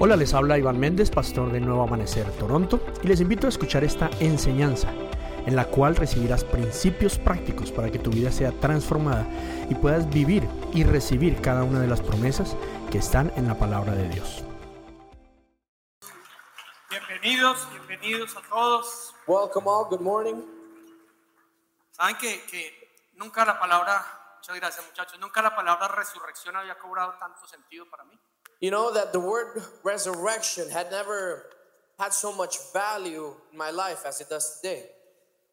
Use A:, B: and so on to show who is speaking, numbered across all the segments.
A: Hola, les habla Iván Méndez, pastor de Nuevo Amanecer Toronto, y les invito a escuchar esta enseñanza en la cual recibirás principios prácticos para que tu vida sea transformada y puedas vivir y recibir cada una de las promesas que están en la palabra de Dios.
B: Bienvenidos, bienvenidos a todos.
C: Welcome all. Good morning.
B: Saben que, que nunca la palabra, muchas gracias muchachos, nunca la palabra resurrección había cobrado tanto sentido para mí.
C: You know that the word resurrection had never had so much value in my life as it does today.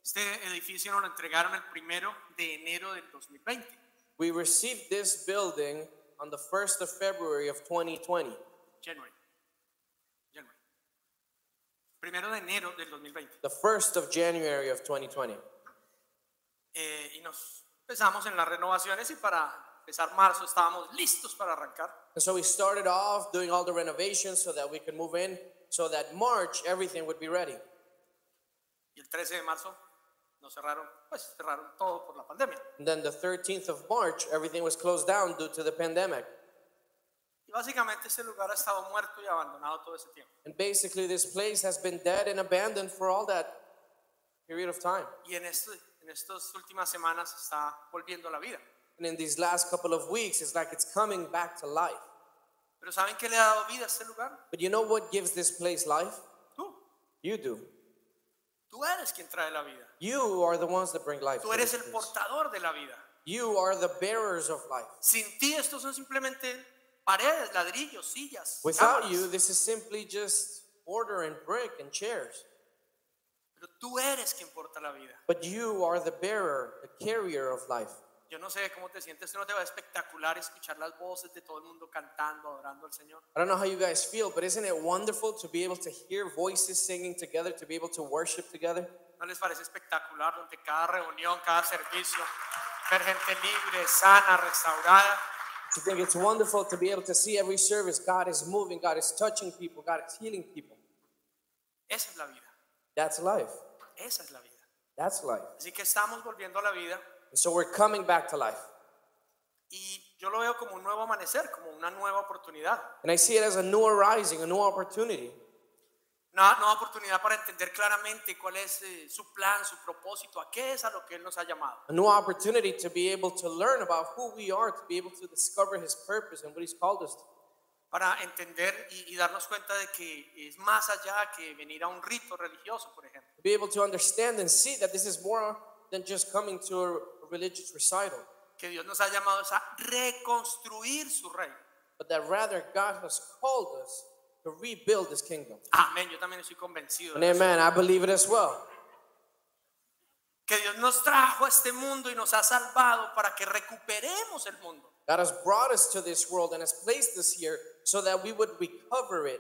B: Este edificio nos lo entregaron el primero de enero del 2020.
C: We received this building on the 1st of February of 2020,
B: January. January. Primero de enero del 2020.
C: the 1st of January of 2020.
B: Eh, y nos empezamos en las renovaciones y para empezar marzo estábamos listos para arrancar.
C: And so we started off doing all the renovations so that we could move in, so that March everything would be ready.
B: Y el 13 de marzo nos cerraron, pues cerraron todo por la pandemia.
C: And then the 13th of March, everything was closed down due to the pandemic.
B: Y básicamente ese lugar ha estado muerto y abandonado todo ese tiempo.
C: And basically, this place has been dead and abandoned for all that period of time.
B: Y en, este, en estas últimas semanas está volviendo a la vida.
C: And in these last couple of weeks, it's like it's coming back to life.
B: Pero ¿saben qué le ha dado vida a este lugar?
C: But you know what gives this place life?
B: Tú.
C: You do.
B: Tú eres quien trae la vida.
C: You are the ones that bring life.
B: Tú
C: to
B: eres
C: this
B: el
C: place.
B: portador de la vida.
C: You are the bearers of life.
B: Sin ti estos son simplemente paredes, ladrillos, sillas.
C: Without
B: cámaras.
C: you, this is simply just order and brick and chairs.
B: Pero tú eres quien porta la vida.
C: But you are the bearer, the carrier of life.
B: Yo no sé cómo te sientes, no te va a espectacular escuchar las voces de todo el mundo cantando, adorando al Señor.
C: I don't know how you guys feel, but isn't it wonderful to be able to hear voices singing together, to be able to worship together?
B: ¿No les parece espectacular donde cada reunión, cada servicio, ver gente libre, sana, restaurada?
C: To think it's wonderful to be able to see every service. God is moving, God is touching people, God is healing people.
B: Esa es la vida,
C: That's life.
B: esa es la vida.
C: That's life.
B: Así que estamos volviendo a la vida
C: And so we're coming back to life.
B: y yo lo veo como un nuevo amanecer, como una nueva oportunidad.
C: And I see it as a new arising, a new opportunity.
B: Una nueva oportunidad para entender claramente cuál es eh, su plan, su propósito, a qué es a lo que Él nos ha llamado.
C: A new opportunity to be able to learn about who we are, to be able to discover His purpose and what He's called us to.
B: Para entender y, y darnos cuenta de que es más allá que venir a un rito religioso, por ejemplo.
C: To be able to understand and see that this is more than just coming to a religious recital,
B: Que Dios nos ha llamado es a reconstruir su reino.
C: but that rather God has called us to rebuild His kingdom.
B: Amén, yo también estoy convencido.
C: And
B: de eso.
C: amen, I believe it as well.
B: Que Dios nos trajo a este mundo y nos ha salvado para que recuperemos el mundo.
C: God has brought us to this world and has placed us here so that we would recover it,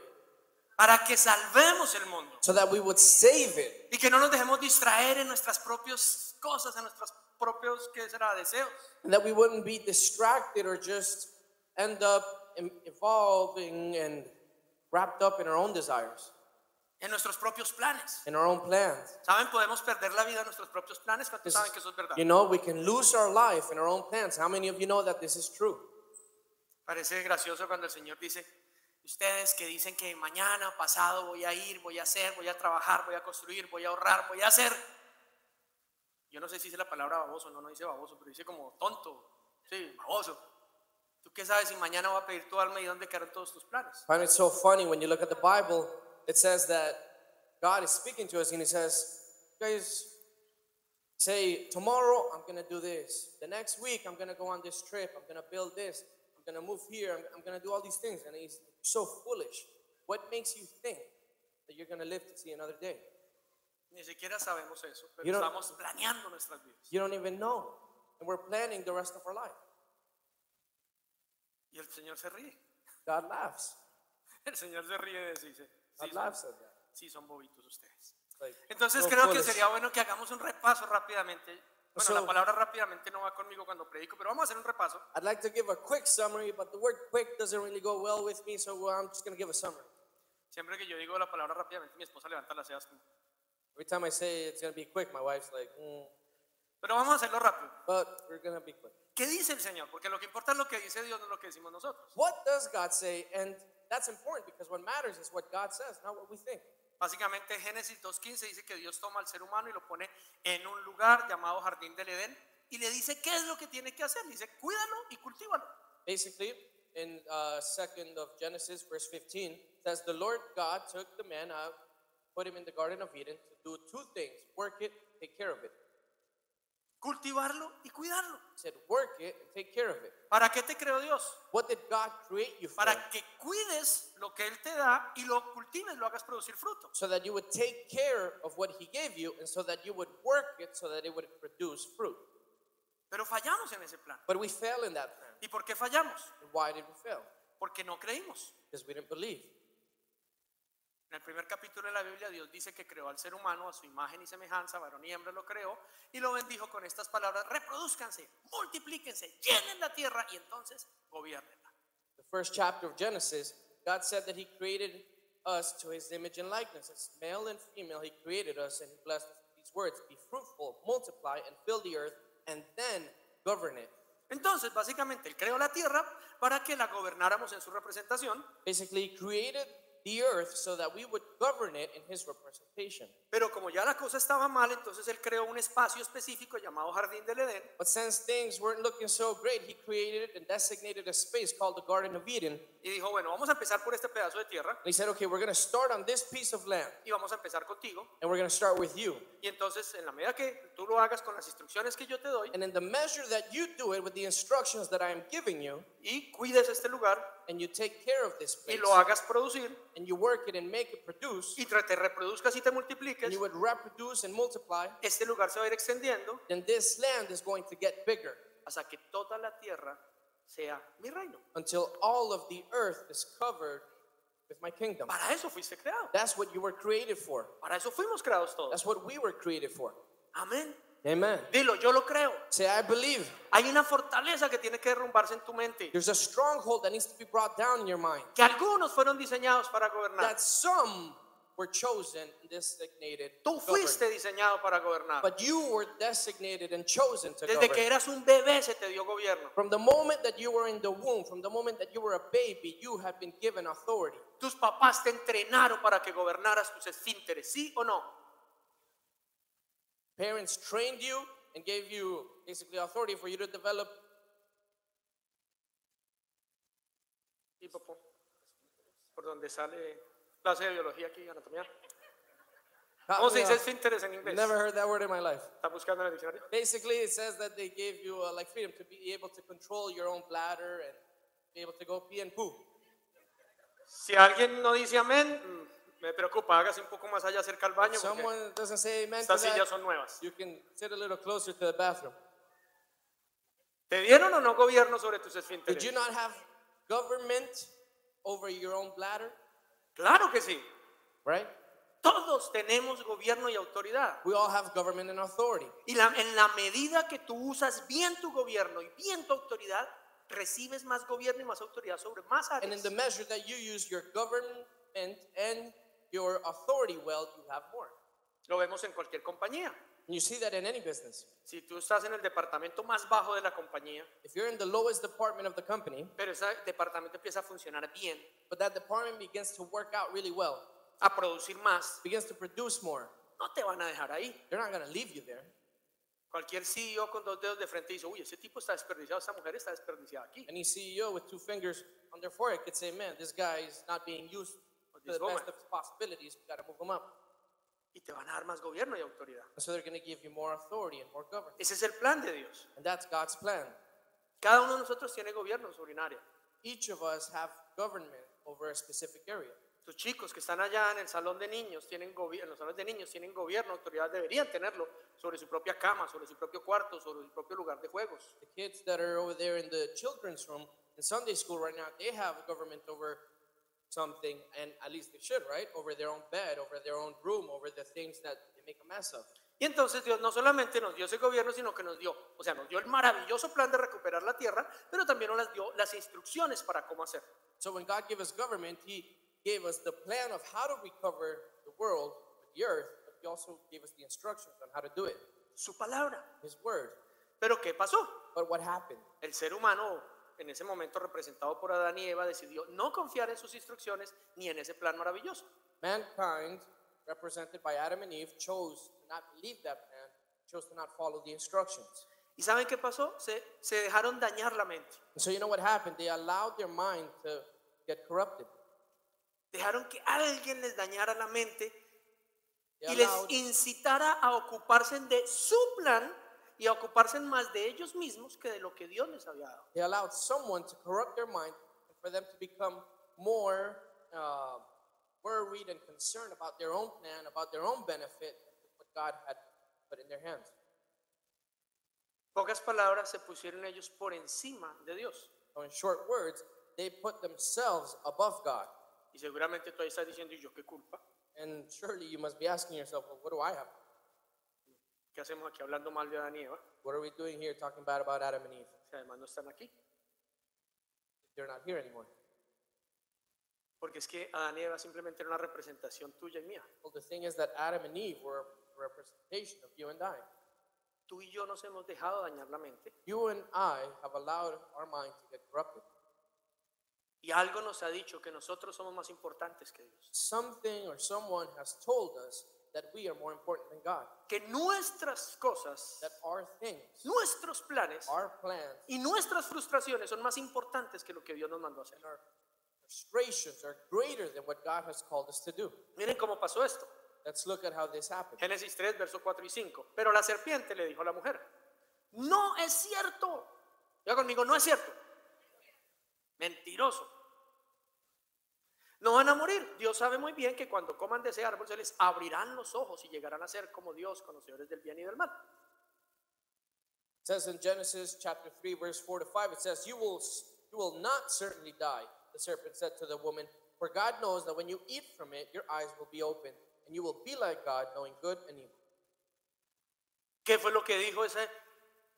B: Para que salvemos el mundo.
C: so that we would save it,
B: Y que no nos dejemos distraer en nuestras propias cosas, en nuestros propios, ¿qué será? Deseos.
C: and that we wouldn't be distracted or just end up em- evolving and wrapped up in our own desires,
B: En nuestros propios planes.
C: in our own plans.
B: ¿Saben? Podemos perder la vida en nuestros propios planes. ¿Cuántos saben que eso es verdad?
C: You know, we can lose our life in our own plans. How many of you know that this is true?
B: Parece gracioso cuando el Señor dice, ustedes que dicen que mañana, pasado voy a ir, voy a hacer, voy a trabajar, voy a construir, voy a ahorrar, voy a hacer. Yo no sé si dice la palabra baboso, no, no dice baboso, pero dice como tonto, sí, baboso. ¿Tú qué sabes si mañana va a pedir tu alma y dónde quedaron todos tus planes?
C: I find it so funny when you look at the Bible, it says that God is speaking to us and He says, "You guys say, tomorrow I'm going to do this. The next week I'm going to go on this trip. I'm going to build this. I'm going to move here. I'm, I'm going to do all these things. And He's so foolish. What makes you think that you're going to live to see another day?
B: Ni siquiera sabemos eso, pero
C: You don't-
B: estamos planeando nuestras vidas.
C: You don't even know. And we're planning the rest of our life.
B: Y el Señor se ríe.
C: God laughs.
B: El Señor se ríe y dice, sí, son,
C: God laughs at that.
B: sí son bobitos ustedes.
C: Like,
B: Entonces
C: so
B: creo que
C: foolish.
B: sería bueno que hagamos un repaso rápidamente. Bueno, la
C: So-
B: palabra rápidamente no va conmigo cuando predico, pero vamos a hacer un repaso.
C: I'd like to give a quick summary, but the word quick doesn't really go well with me, so well, I'm just going to give a summary.
B: Siempre que yo digo la palabra rápidamente, mi esposa levanta las cejas como,
C: Every time I say it's going to be quick, my wife's like, mm.
B: Pero vamos a hacerlo rápido.
C: but we're going to be quick.
B: ¿Qué dice el Señor? Porque lo que importa es lo que dice Dios, no lo que decimos nosotros.
C: What does God say? And that's important because what matters is what God says, not what we think.
B: Básicamente Génesis 2.15 dice que Dios toma al ser humano y lo pone en un lugar llamado Jardín del Edén y le dice qué es lo que tiene que hacer. Le dice, cuídalo y cultívalo.
C: Basically, in uh, second of Genesis, verse 15, it says the Lord God took the man out, put him in the Garden of Eden to do two things: work it, take care of it.
B: Cultivarlo y cuidarlo.
C: He said, work it, and take care of it.
B: ¿Para qué te creó Dios?
C: What did God create you for?
B: Para que cuides lo que Él te da y lo cultives, lo hagas producir fruto.
C: So that you would take care of what He gave you, and so that you would work it, so that it would produce fruit.
B: Pero fallamos en ese plan.
C: But we fell in that plan.
B: ¿Y por qué fallamos?
C: And why did we fail?
B: Porque no creímos.
C: Because we didn't believe.
B: En el primer capítulo de la Biblia Dios dice que creó al ser humano a su imagen y semejanza, varón y hembra lo creó y lo bendijo con estas palabras, reproduzcanse, multiplíquense, llenen la tierra y entonces gobiernenla.
C: The first chapter of Genesis, God said that He created us to His image and likeness. As male and female, He created us and He blessed us with these words Be fruitful, multiply, and fill the earth, and then govern it.
B: Entonces, básicamente, Él creó la tierra para que la gobernáramos en su representación,
C: Basically, He created the earth so that we would govern it in His representation.
B: pero como ya la cosa estaba mal, entonces Él creó un espacio específico llamado Jardín del Edén
C: But since things weren't looking so great, He created and designated a space called the Garden of Eden. And
B: y dijo, bueno, vamos a empezar por este pedazo de tierra
C: He said, Okay, we're going to start on this piece of land,
B: y vamos a empezar contigo.
C: and we're going to start with you.
B: Y entonces, en la medida que tú lo hagas con las instrucciones que yo te doy
C: And in the measure that you do it with the instructions that I am giving you,
B: y cuides este lugar
C: and you take care of this
B: y
C: place,
B: lo hagas producir,
C: and you work it and make it produce,
B: y tra- te reproduzcas y te
C: and
B: multipliques,
C: you would reproduce and multiply,
B: este lugar se va a ir extendiendo
C: then this land is going to get bigger
B: hasta que toda la tierra sea mi reino.
C: until all of the earth is covered with my kingdom.
B: Para eso fuiste creado.
C: That's what you were created for.
B: Para eso fuimos creados todos.
C: That's what we were created for.
B: Amén.
C: Amen.
B: Dilo, yo lo creo.
C: Say, I believe.
B: Hay una fortaleza que tiene que derrumbarse en tu mente.
C: There's a stronghold that needs to be brought down in your mind.
B: Que algunos fueron diseñados para gobernar.
C: That some were chosen and designated. to
B: Tú
C: govern.
B: fuiste diseñado para gobernar.
C: But you were designated and chosen to
B: Desde que
C: govern.
B: eras un bebé se te dio gobierno.
C: From the moment that you were in the womb, from the moment that you were a baby, you have been given authority.
B: Tus papás te entrenaron para que gobernaras tus esfínteres, ¿sí o no?
C: Parents trained you and gave you basically authority for you to develop.
B: Y papá, por donde sale clase de biología aquí, anatomía.
C: Caught
B: ¿Cómo se
C: me
B: dice
C: off.
B: esfínteres en inglés?
C: Never heard that word in my life.
B: ¿Estás buscando en el diccionario?
C: Basically, it says that they gave you uh, like freedom to be able to control your own bladder and be able to go pee and poo.
B: Si alguien no dice amén, mm, me preocupa, hágase un poco más allá cerca al baño. porque
C: Someone doesn't say amen to
B: Estas sillas
C: that.
B: son nuevas.
C: You can sit a little closer to the bathroom.
B: ¿Te dieron o no gobierno sobre tus
C: Did
B: esfínteres?
C: you not have government over your own bladder?
B: Claro que sí.
C: Right?
B: Todos tenemos gobierno y autoridad.
C: We all have government and authority.
B: Y la- en la medida que tú usas bien tu gobierno y bien tu autoridad, recibes más gobierno y más autoridad sobre más
C: And in
B: áreas.
C: the measure that you use your government and your authority well, you have more.
B: Lo vemos en cualquier compañía.
C: And you see that in any business.
B: Si tú estás en el departamento más bajo de la compañía,
C: If you're in the lowest department of the company,
B: pero ese departamento empieza a funcionar bien,
C: but that department begins to work out really well,
B: a producir más,
C: begins to produce more,
B: no te van a dejar ahí.
C: they're not going to leave you there.
B: Cualquier CEO con dos dedos de frente dice, uy, ese tipo está desperdiciado, esta mujer está desperdiciada aquí.
C: Any CEO with two fingers on their forehead could say, man, this guy is not being used to
B: This
C: the
B: woman.
C: best of his possibilities. We got to move him up.
B: Y te van a dar más gobierno y autoridad.
C: And so they're going to give you more authority and more government.
B: Ese es el plan de Dios.
C: And that's God's plan.
B: Cada uno de nosotros tiene gobierno sobre un área.
C: Each of us have government over a specific area.
B: Tus chicos que están allá en el salón de niños tienen gobierno, en los salones de niños tienen gobierno, autoridad deberían tenerlo sobre su propia cama, sobre su propio cuarto, sobre su propio lugar de juegos.
C: The kids that are over there in the children's room in Sunday school right now, they have government over something, and at least they should, right? Over their own bed, over their own room, over the things that they make a mess of.
B: Y entonces Dios no solamente nos dio ese gobierno, sino que nos dio, o sea, nos dio el maravilloso plan de recuperar la tierra, pero también nos las dio las instrucciones para cómo hacerlo.
C: So when God gave us government, He gave us the plan of how to recover the world, the earth, but He also gave us the instructions on how to do it.
B: su palabra.
C: His word.
B: Pero ¿qué pasó?
C: But what happened?
B: El ser humano, en ese momento representado por Adán y Eva, decidió no confiar en sus instrucciones ni en ese plan maravilloso.
C: Mankind, represented by Adam and Eve, chose to not believe that plan, chose to not follow the instructions.
B: ¿Y saben qué pasó? Se, se dejaron dañar la mente.
C: And so you know what happened? They allowed their mind to get corrupted.
B: Dejaron que alguien les dañara la mente
C: They
B: y les
C: allowed,
B: incitara a ocuparse de su plan y a ocuparse más de ellos mismos que de lo que Dios les había dado.
C: they allowed someone to corrupt their mind and for them to become more uh, worried and concerned about their own plan, about their own benefit, what God had put in their hands.
B: Pocas palabras se pusieron ellos por encima de Dios.
C: So in short words, they put themselves above God.
B: Y seguramente tú ahí estás diciendo, ¿y yo qué culpa?
C: And surely you must be asking yourself, well, what do I have?
B: ¿Qué hacemos aquí hablando mal de Adán y Eva?
C: What are we doing here talking bad about Adam and Eve?
B: Si además no están aquí.
C: They're not here anymore.
B: Porque es que Adán y Eva simplemente era una representación tuya y mía.
C: Well, the thing is that Adam and Eve were a representation of you and I.
B: Tú y yo nos hemos dejado dañar la mente
C: You and I have allowed our mind to get corrupted.
B: y algo nos ha dicho que nosotros somos más importantes que Dios.
C: Something or someone has told us that we are more important than God,
B: Que nuestras cosas,
C: that our things,
B: nuestros planes,
C: our plans,
B: Y nuestras frustraciones son más importantes que lo que Dios nos mandó a hacer.
C: and our frustrations are greater than what God has called us to do.
B: Miren cómo pasó esto.
C: Let's look at how this happened.
B: Génesis 3, versos 4 y 5. Pero la serpiente le dijo a la mujer, no es cierto. Diga conmigo, no es cierto. Mentiroso. No van a morir. Dios sabe muy bien que cuando coman de ese árbol se les abrirán los ojos y llegarán a ser como Dios, conocedores del bien y del mal.
C: It says in Genesis chapter 3, verse 4 to 5, it says, you will, you will not certainly die, the serpent said to the woman, for God knows that when you eat from it, your eyes will be opened, and you will be like God, knowing good and evil.
B: ¿Qué fue lo que dijo ese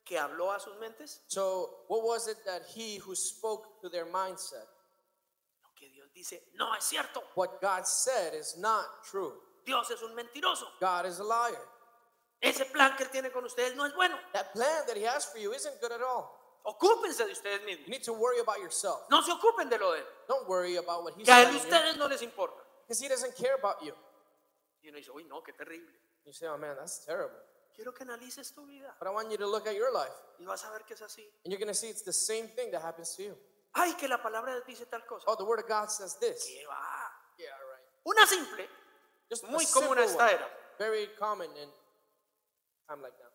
B: que habló a sus mentes?
C: So, what was it that he who spoke to their mindset?
B: Lo que Dios dice, no es cierto.
C: What God said is not true.
B: Dios es un mentiroso.
C: God is a liar.
B: Ese plan que él tiene con ustedes no es bueno.
C: That plan that he has for you isn't good at all.
B: Ocúpense de ustedes
C: You
B: mismos.
C: need to worry about yourself.
B: No se ocupen de lo de él.
C: Don't worry about what he's
B: Que a él
C: telling you
B: ustedes no les importa.
C: because he doesn't care about you.
B: Y uno dice, uy, no, qué terrible.
C: You say, oh man, that's terrible.
B: Quiero que analices tu vida
C: But I want you to look at your life
B: y vas a ver que es así.
C: and you're going to see it's the same thing that happens to you.
B: Ay, que la palabra dice tal cosa.
C: Oh, the word of God says this.
B: ¿Qué va?
C: Yeah, right.
B: Una simple,
C: Just
B: muy
C: a simple
B: común a esta
C: one.
B: era.
C: Very common in time like now.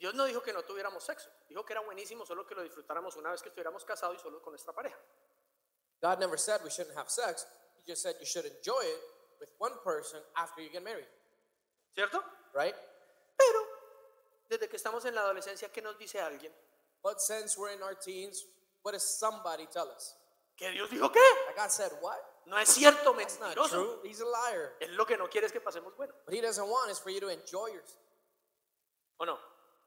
B: Dios no dijo que no tuviéramos sexo. Dijo que era buenísimo solo que lo disfrutáramos una vez que estuviéramos casados y solo con nuestra pareja.
C: God never said we shouldn't have sex. He just said you should enjoy it with one person after you get married,
B: ¿Cierto?
C: right?
B: Pero, desde que estamos en la adolescencia, ¿qué nos dice alguien?
C: But since we're in our teens, what does somebody tell us?
B: ¿Que Dios dijo qué?
C: Like God said, what?
B: No es cierto,
C: That's not true.
B: mentiroso.
C: He's a liar.
B: Él lo que no quiere es que pasemos bueno.
C: What he doesn't want is for you to enjoy yourself.
B: ¿O no?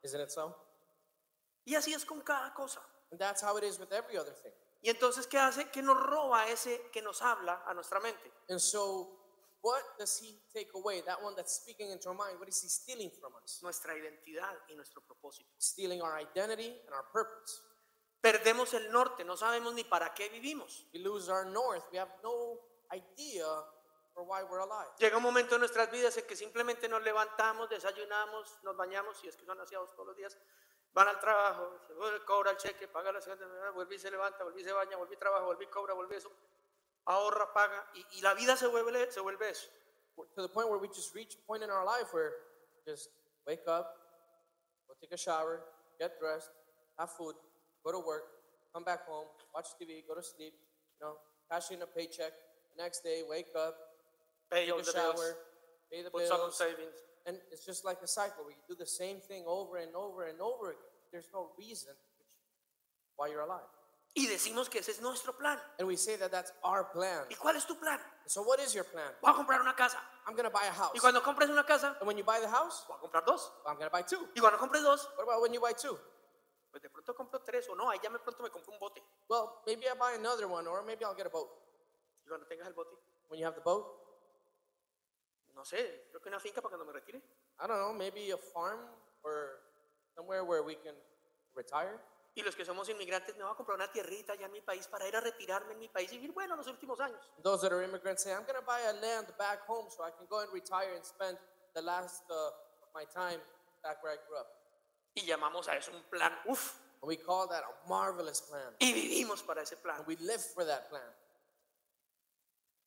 C: Isn't it so?
B: Y así es con cada cosa.
C: And that's how it is with every other thing.
B: Y entonces, ¿qué hace? Que nos roba ese que nos habla a nuestra mente.
C: And so, what does he take away? That one that's speaking into our mind, what is he stealing from us?
B: Nuestra identidad y nuestro propósito.
C: Stealing our identity and our purpose.
B: Perdemos el norte, no sabemos ni para qué vivimos.
C: We lose our north. We have no idea for why we're alive.
B: Llega un momento en nuestras vidas en que simplemente nos levantamos, desayunamos, nos bañamos, si es que son aseados todos los días, van al trabajo, se vuelve, cobra el cheque, paga la segunda, vuelve y se levanta, vuelve y se baña, vuelve y trabaja, vuelve y cobra, vuelve eso, ahorra, paga, y, y la vida se vuelve, se vuelve eso.
C: To the point where we just reach a point in our life where just wake up, go take a shower, get dressed, have food, go to work, come back home, watch TV, go to sleep, you know, cash in a paycheck. The next day, wake up,
B: Pay
C: take
B: all
C: a
B: the
C: shower,
B: bills,
C: pay the
B: put some on
C: bills,
B: savings.
C: And it's just like a cycle where you do the same thing over and over and over again. There's no reason why you're alive.
B: Y decimos que ese es nuestro plan.
C: And we say that that's our plan.
B: ¿Y cuál es tu plan?
C: So what is your plan?
B: Voy a comprar una casa.
C: I'm going to buy a house.
B: Y cuando compres una casa,
C: And when you buy the house,
B: voy a comprar dos.
C: I'm going to buy two.
B: Y cuando compres dos,
C: What about when you buy two?
B: pues de pronto compro tres o no, ahí ya me pronto me compro un bote.
C: Well, maybe I buy another one or maybe I'll get a boat.
B: Y cuando tengas el bote,
C: When you have the boat,
B: no sé, creo que una finca para cuando me retire.
C: I don't know, maybe a farm or somewhere where we can retire.
B: Y los que somos inmigrantes, me voy a comprar una tierrita allá en mi país para ir a retirarme en mi país y vivir, bueno, los últimos años.
C: Those that are immigrants say, I'm going to buy a land back home so I can go and retire and spend the last uh, of my time back where I grew up.
B: Y llamamos a eso un plan, uff,
C: And we call that a marvelous plan.
B: y vivimos para ese plan.
C: And we live for that plan.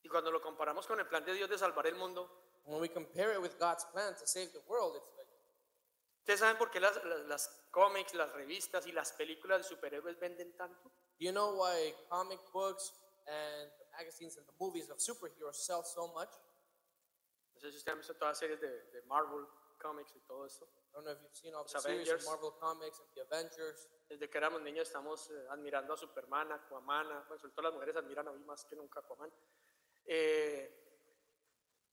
B: Y cuando lo comparamos con el plan de Dios de salvar el mundo,
C: When we compare it with God's plan to save the world, it's like,
B: ¿ustedes saben por qué las, las, las cómics, las revistas y las películas de superhéroes venden tanto?
C: do you know why comic books and the magazines and the movies of superheroes sell so much?
B: No sé si ustedes han visto todas las series de, de Marvel, Comics y todo eso.
C: I don't know if you've seen all the
B: Los
C: series
B: Avengers.
C: of Marvel Comics and the Avengers.
B: Desde que éramos niños estamos eh, admirando a Superman, a Aquaman, a- bueno, sobre todo las mujeres admiran a mí más que nunca a Aquaman. Eh,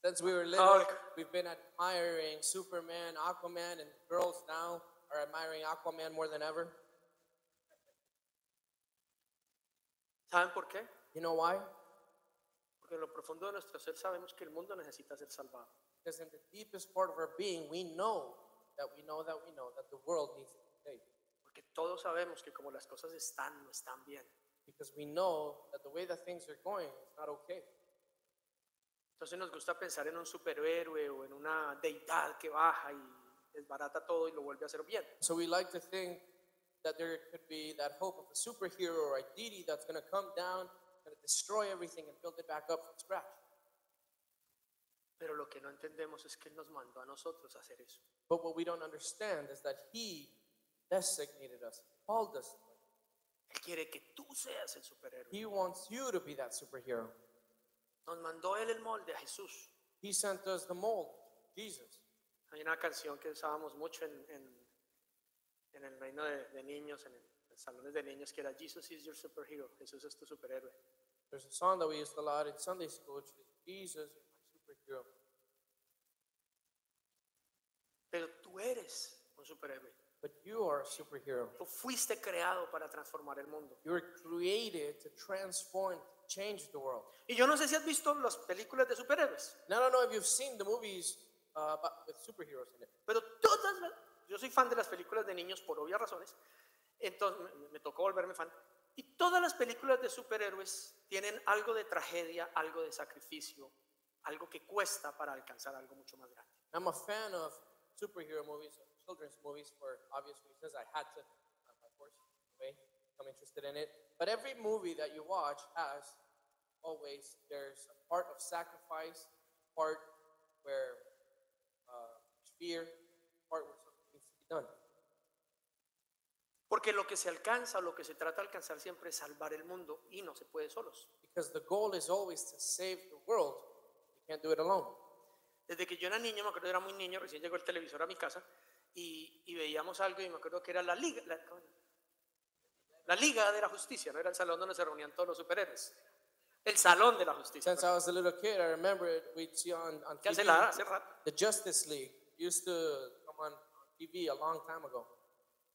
C: Since we were little,
B: Hulk.
C: we've been admiring Superman, Aquaman, and girls now are admiring Aquaman more than ever.
B: ¿Saben por qué?
C: You know why?
B: Porque en lo profundo de nuestro ser sabemos que el mundo necesita ser salvado.
C: Because in the deepest part of our being, we know that we know that we know that the world needs to be saved.
B: Porque todos sabemos que como las cosas están, no están bien.
C: Because we know that the way that things are going is not okay.
B: Entonces nos gusta pensar en un superhéroe o en una deidad que baja y desbarata todo y lo vuelve a hacer bien.
C: So we like to think that there could be that hope of a superhero or a deity that's going to come down, going to destroy everything and build it back up from scratch.
B: Pero lo que no entendemos es que Él nos mandó a nosotros a hacer eso.
C: But what we don't understand is that He designated us, called us.
B: Él quiere que tú seas el superhéroe.
C: He wants you to be that superhero.
B: Nos mandó Él el molde a Jesús.
C: He sent us the mold, Jesus.
B: Hay una canción que usábamos mucho en, en- en el reino de, de niños, en, el- en salones de niños, que era Jesus is your superhero. Jesús es tu superhéroe.
C: There's a song that we used a lot in Sunday school, which is Jesus, you're my superhero.
B: Pero tú eres un superhéroe.
C: But you are a superhero.
B: Tú fuiste creado para transformar el mundo.
C: You were created to transform, to change the world.
B: Y yo no sé si has visto las películas de superhéroes,
C: Now, I don't know if you've seen the movies uh, about- with superheroes in it.
B: pero todas las... Yo soy fan de las películas de niños por obvias razones, entonces me, me tocó volverme fan. Y todas las películas de superhéroes tienen algo de tragedia, algo de sacrificio, algo que cuesta para alcanzar algo mucho más grande.
C: I'm a fan of superhero movies, of children's movies, for obvious reasons. I had to, uh, by force, anyway, I'm interested in it. But every movie that you watch has always there's a part of sacrifice, part where uh, fear, part where something needs to be done.
B: Porque lo que se alcanza, lo que se trata de alcanzar siempre es salvar el mundo y no se puede solos.
C: Because the goal is always to save the world. You can't do it alone.
B: Desde que yo era niño, me acuerdo, era muy niño, recién llegó el televisor a mi casa y, y veíamos algo y me acuerdo que era la Liga, la, ¿cómo era? La Liga de la Justicia, no era el salón donde se reunían todos los superhéroes. El Salón de la Justicia.
C: Since I was a little kid, I remember it, we'd see on, on
B: Que
C: TV.
B: hace la- hace rato.
C: The Justice League used to come on TV a long time ago.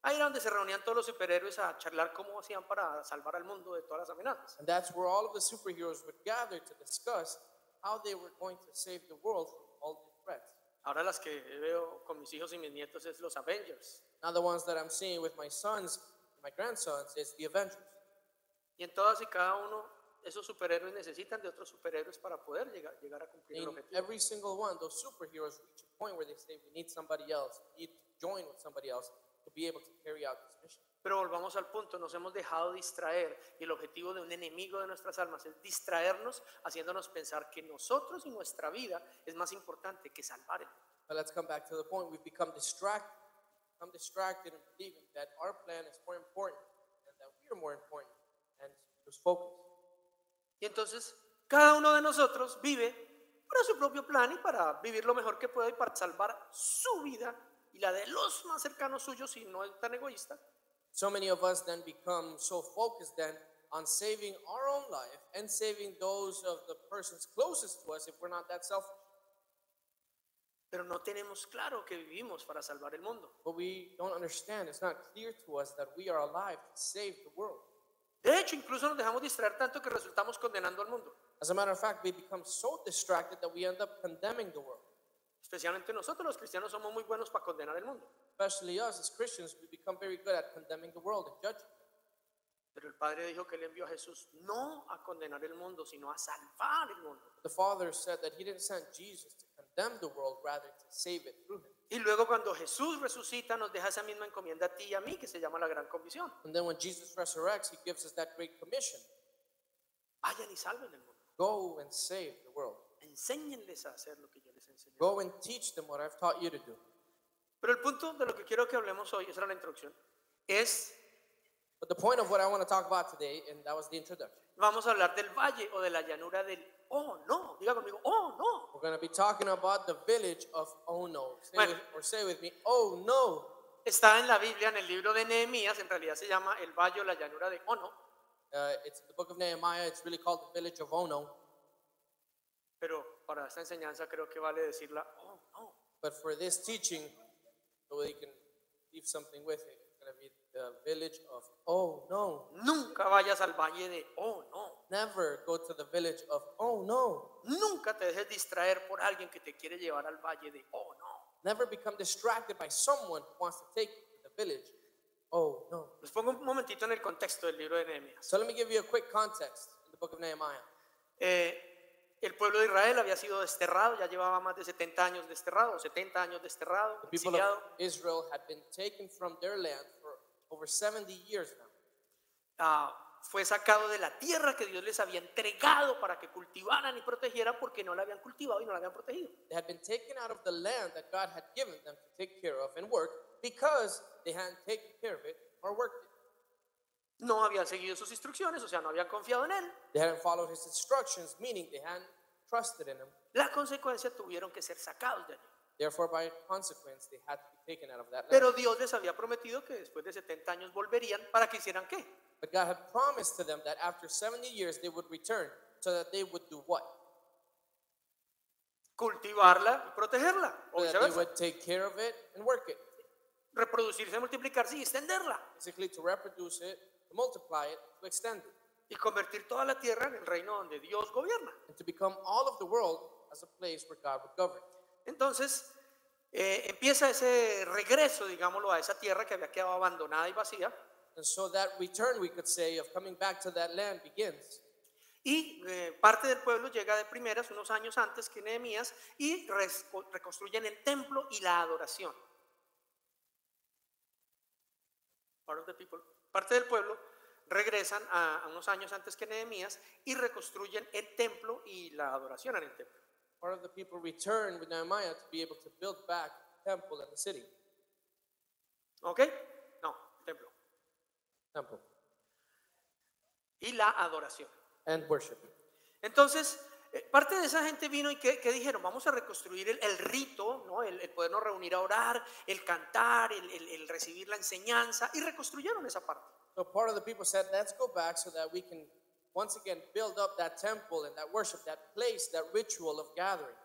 B: Ahí era donde se reunían todos los superhéroes a charlar cómo hacían para salvar al mundo de todas las amenazas.
C: And that's where all of the superheroes would gather to discuss how they were going to save the world from all the threats.
B: Ahora las que veo con mis hijos y mis nietos es los Avengers.
C: Now the ones that I'm seeing with my sons and my grandsons is the Avengers.
B: Y en todas y cada uno, esos superhéroes necesitan de otros superhéroes para poder llegar, llegar a cumplir
C: In
B: el objetivo.
C: every single one, those superheroes reach a point where they say we need somebody else, we need to join with somebody else to be able to carry out this mission.
B: Pero volvamos al punto, nos hemos dejado distraer y el objetivo de un enemigo de nuestras almas es distraernos haciéndonos pensar que nosotros y nuestra vida es más importante que salvar el mundo.
C: But let's come back to the point. We've become distracted. Become distracted in believing that our plan is more important and that we are more important and lose focus.
B: Y entonces cada uno de nosotros vive para su propio plan y para vivir lo mejor que pueda y para salvar su vida y la de los más cercanos suyos si no es tan egoísta.
C: So many of us then become so focused then on saving our own life and saving those of the persons closest to us if we're not that selfish.
B: Pero no tenemos claro que vivimos para salvar el mundo.
C: But we don't understand, it's not clear to us that we are alive to save the world.
B: De hecho, incluso nos dejamos distraer tanto que resultamos condenando al mundo.
C: As a matter of fact, we become so distracted that we end up condemning the world.
B: Especialmente nosotros los cristianos somos muy buenos para condenar el mundo.
C: Especially us as Christians, we become very good at condemning the world and judging.
B: Pero el Padre dijo que él envió a Jesús no a condenar el mundo, sino a salvar el mundo.
C: The Father said that He didn't send Jesus to condemn the world, rather to save it through Him.
B: Y luego cuando Jesús resucita nos deja esa misma encomienda a ti y a mí que se llama la gran comisión.
C: And then when Jesus resurrects, He gives us that great commission
B: Vayan y salven el mundo.
C: go and save the world.
B: Enséñenles a hacer lo que yo les enseñé.
C: Go and teach them what I've taught you to do.
B: Pero el punto de lo que quiero que hablemos hoy, esa era la introducción, es
C: But the point of what I want to talk about today, and that was the introduction,
B: vamos a hablar del valle o de la llanura del oh no. Diga conmigo, oh no.
C: we're going to be talking about the village of Oh No. Say
B: Bueno.
C: with, or say with me, Oh No.
B: Está en la Biblia, en el libro de Nehemías, en realidad se llama el valle o la llanura de oh Ono,
C: Uh, it's in the book of Nehemiah. It's really called the village of Oh No.
B: pero para esta enseñanza creo que vale decirla, oh no.
C: But for this teaching, so we can leave something with it, it's going to be the village of Oh No.
B: Nunca vayas al valle de oh no.
C: Never go to the village of Oh No.
B: Nunca te dejes distraer por alguien que te quiere llevar al valle de oh no.
C: Never become distracted by someone who wants to take you to the village. Oh no.
B: Les pongo un momentito en el contexto del libro de Nehemías.
C: So let me give you a quick context in the book of Nehemiah.
B: Eh, el pueblo de Israel había sido desterrado, ya llevaba más de 70 años desterrado, 70 años desterrado,
C: The people of
B: exiliado.
C: Israel had been taken from their land for over 70 years now.
B: Ah, fue sacado de la tierra que Dios les había entregado para que cultivaran y protegieran porque no la habían cultivado y no la habían protegido.
C: They had been taken out of the land that God had given them to take care of and work because they hadn't taken care of it or worked it.
B: No habían seguido sus instrucciones, o sea, no habían confiado en él.
C: They hadn't followed his instructions, meaning they hadn't trusted in him.
B: La consecuencia tuvieron que ser sacados de allí.
C: Therefore, by consequence, they had to be taken out of that land.
B: Pero Dios les había prometido que después de 70 años volverían para que hicieran qué?
C: But God had promised to them that after 70 years they would return so that they would do what?
B: Cultivarla y protegerla, o
C: So that they
B: viceversa.
C: would take care of it and work it.
B: Reproducirse, multiplicarse y extenderla.
C: Basically, to reproduce it, to multiply it, to extend it,
B: Y convertir toda la tierra en el reino donde Dios gobierna.
C: and to become all of the world as a place where God would govern.
B: Entonces, eh, empieza ese regreso, digámoslo, a esa tierra que había quedado abandonada y vacía.
C: And so that return, we could say, of coming back to that land begins.
B: Y eh, parte del pueblo llega de primeras, unos años antes que Nehemías, y resco- reconstruyen el templo y la adoración. Part of the people- Parte del pueblo regresan a, a unos años antes que Nehemías y reconstruyen el templo y la adoración en el templo.
C: Part of the people return with Nehemiah to be able to build back the temple and the city.
B: ¿Ok? No, el templo.
C: Temple.
B: Y la adoración.
C: And worship.
B: Entonces, eh, parte de esa gente vino y que, dijeron, vamos a reconstruir el, el rito, ¿no? el, el podernos reunir a orar, el cantar, el, el- el recibir la enseñanza, y reconstruyeron esa parte.
C: So part of the people said, let's go back so that we can once again build up that temple and that worship, that place, that ritual of gathering.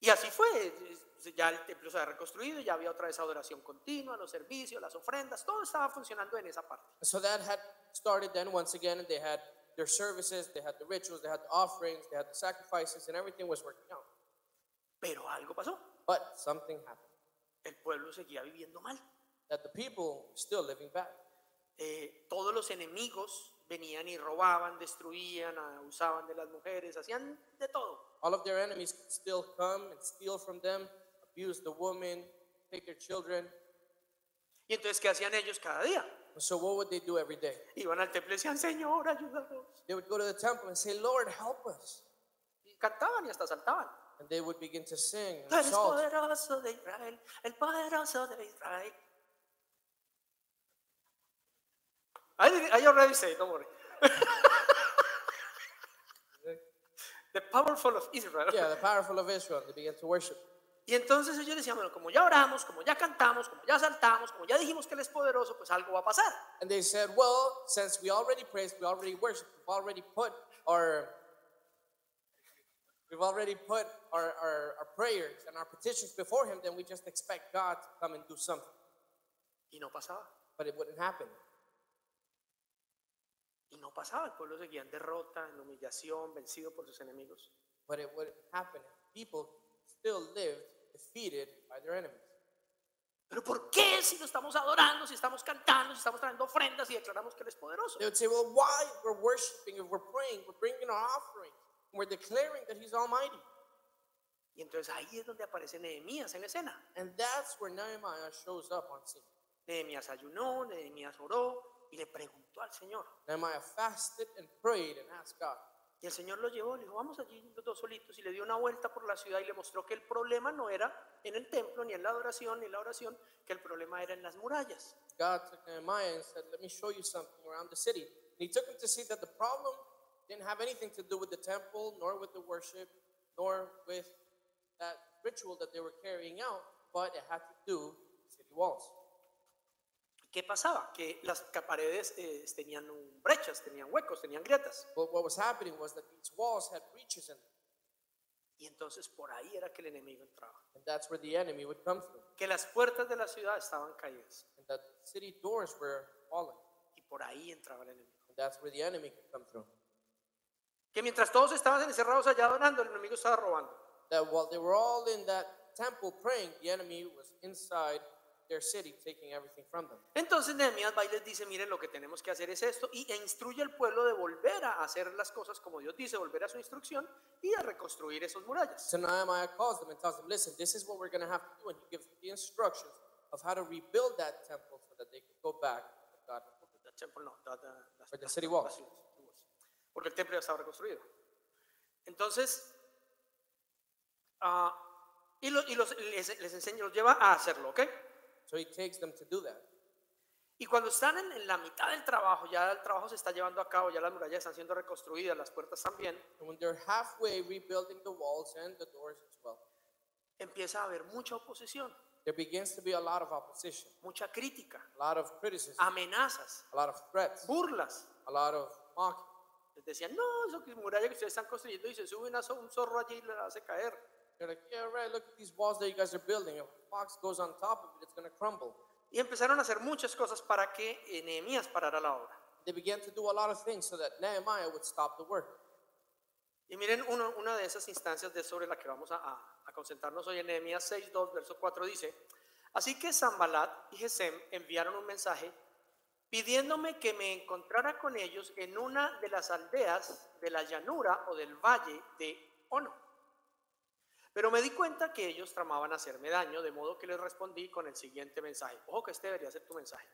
B: Y así fue, eh, eh, ya el templo se había reconstruido, ya había otra vez adoración continua, los servicios, las ofrendas, todo estaba funcionando en esa parte.
C: So that had started then once again, and they had their services, they had the rituals, they had the offerings, they had the sacrifices, and everything was working out.
B: Pero algo pasó,
C: But something happened
B: el pueblo seguía viviendo mal.
C: that the people were still living back.
B: Eh, todos los enemigos venían y robaban, destruían, abusaban de las mujeres, hacían de todo.
C: All of their enemies could still come and steal from them, abuse the women, take their children.
B: Y entonces, ¿qué hacían ellos cada día?
C: And so what would they do every day?
B: Iban al templo y decían, Señor, ayúdanos.
C: They would go to the temple and say, Lord, help us.
B: Y cantaban y hasta saltaban.
C: And they would begin to sing
B: Tú
C: and
B: eres
C: exalt.
B: poderoso de Israel, el poderoso de Israel. I, I already said, don't worry. The powerful of Israel.
C: Yeah, the powerful of Israel, they began to worship.
B: Y entonces ellos decían, bueno, como ya oramos, como ya cantamos, como ya saltamos, como ya dijimos que Él es poderoso, pues algo va a pasar.
C: And they said, Well, since we already praised, we already worshiped, we've already put our we've already put our, our, our prayers and our petitions before him, then we just expect God to come and do something.
B: Y no pasaba.
C: But it wouldn't happen.
B: Y no pasaba. El pueblo seguía en derrota, en humillación, vencido por sus enemigos.
C: But it wouldn't happen. People still lived defeated by their enemies.
B: Pero ¿por qué si lo estamos adorando, si estamos cantando, si estamos trayendo ofrendas y declaramos que Él es poderoso?
C: They would say, well, why we're worshiping, if we're praying, we're bringing our offering, we're declaring that He's Almighty.
B: Y entonces ahí es donde aparece Nehemías en escena.
C: And that's where Nehemiah shows up on scene.
B: Nehemías ayunó, Nehemías oró y le preguntó al Señor.
C: Nehemiah fasted and prayed and asked God.
B: Y el Señor lo llevó, le dijo, vamos allí los dos solitos, y le dio una vuelta por la ciudad y le mostró que el problema no era en el templo, ni en la adoración, ni en la oración, que el problema era en las murallas.
C: God took Nehemiah and said, Let me show you something around the city. And he took him to see that the problem didn't have anything to do with the temple, nor with the worship, nor with that ritual that they were carrying out, but it had to do with city walls.
B: ¿Qué pasaba? Que las ca- paredes eh, tenían un- brechas, tenían huecos, tenían grietas.
C: But what was happening was that these walls had breaches in them,
B: Y entonces por ahí era que el enemigo entraba.
C: and that's where the enemy would come through,
B: Que las puertas de la ciudad estaban caídas.
C: and that city doors were falling,
B: Y por ahí entraba el enemigo.
C: and that's where the enemy could come through.
B: Que mientras todos estaban encerrados allá adorando, el enemigo estaba robando.
C: That while they were all in that temple praying, the enemy was inside their city taking everything from them.
B: Entonces Nehemías va y les dice, miren, lo que tenemos que hacer es esto, y, e instruye al pueblo de volver a hacer las cosas como Dios dice, volver a su instrucción y a reconstruir esas murallas.
C: So Nehemiah calls them and tells them, listen, this is what we're going to have to do. And he gives them the instructions of how to rebuild that temple so that they could go back to God.
B: The temple, no, the- the- las-
C: But the
B: las-
C: city walls.
B: las ciudades, Porque el templo ya estaba reconstruido. Entonces, ah, y, lo- y los- les, les enseña, los lleva a hacerlo, ¿ok?
C: So he takes them to do that.
B: Y cuando están en, en la mitad del trabajo, ya el trabajo se está llevando a cabo, ya las murallas están siendo reconstruidas, las puertas también,
C: And when they're halfway rebuilding the walls and the doors as well,
B: empieza a haber mucha oposición,
C: there begins to be a lot of opposition,
B: mucha crítica.
C: a lot of criticism,
B: Um, amenazas,
C: a lot of threats,
B: burlas.
C: a lot of mocking.
B: Les decían, no, eso que muralla que ustedes están construyendo y se sube una zo- un zorro allí y la hace caer.
C: They're like, yeah, right, look at these walls that you guys are building. If a fox goes on top of it, it's going to crumble.
B: Y empezaron a hacer muchas cosas para que eh, Nehemías parara la obra.
C: They began to do a lot of things so that Nehemiah would stop the work.
B: Y miren uno- una de esas instancias de sobre la que vamos a, a- a concentrarnos hoy en Nehemías 6.2, verso 4 dice, Así que Zambalat y Gesem enviaron un mensaje pidiéndome que me encontrara con ellos en una de las aldeas de la llanura o del valle de Ono. Pero me di cuenta que ellos tramaban hacerme daño, de modo que les respondí con el siguiente mensaje. Ojo que este debería ser tu mensaje.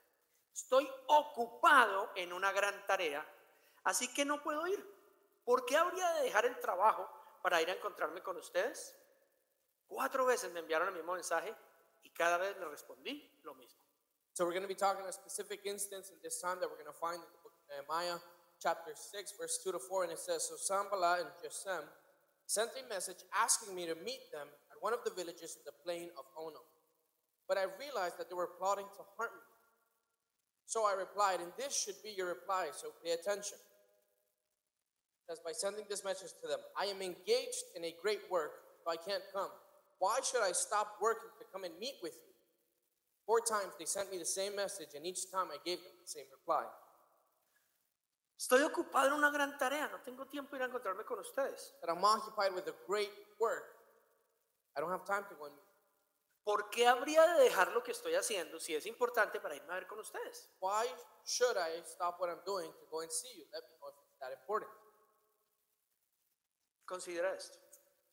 B: Estoy ocupado en una gran tarea, así que no puedo ir. ¿Por qué habría de dejar el trabajo para ir a encontrarme con ustedes? Cuatro veces me enviaron el mismo mensaje y cada vez les respondí lo mismo.
C: So we're going to be talking a specific instance in this time that we're going to find in the book of Nehemiah, chapter 6, verse 2 to 4, and it says, So Sambala and Gesem sent a message asking me to meet them at one of the villages in the plain of Ono. But I realized that they were plotting to harm me. So I replied, and this should be your reply, so pay attention. It says, by sending this message to them, I am engaged in a great work, but I can't come. Why should I stop working to come and meet with you? Four times they sent me the same message, and each time I gave them the same reply.
B: Estoy ocupado en una gran tarea, no tengo tiempo de ir a encontrarme con ustedes.
C: That I'm occupied with a great work. I don't have time to go and
B: ¿Por qué habría de dejar lo que estoy haciendo si es importante para irme a ver con ustedes?
C: Why should I stop what I'm doing to go and see you? Let me know if it's that important.
B: Considera esto.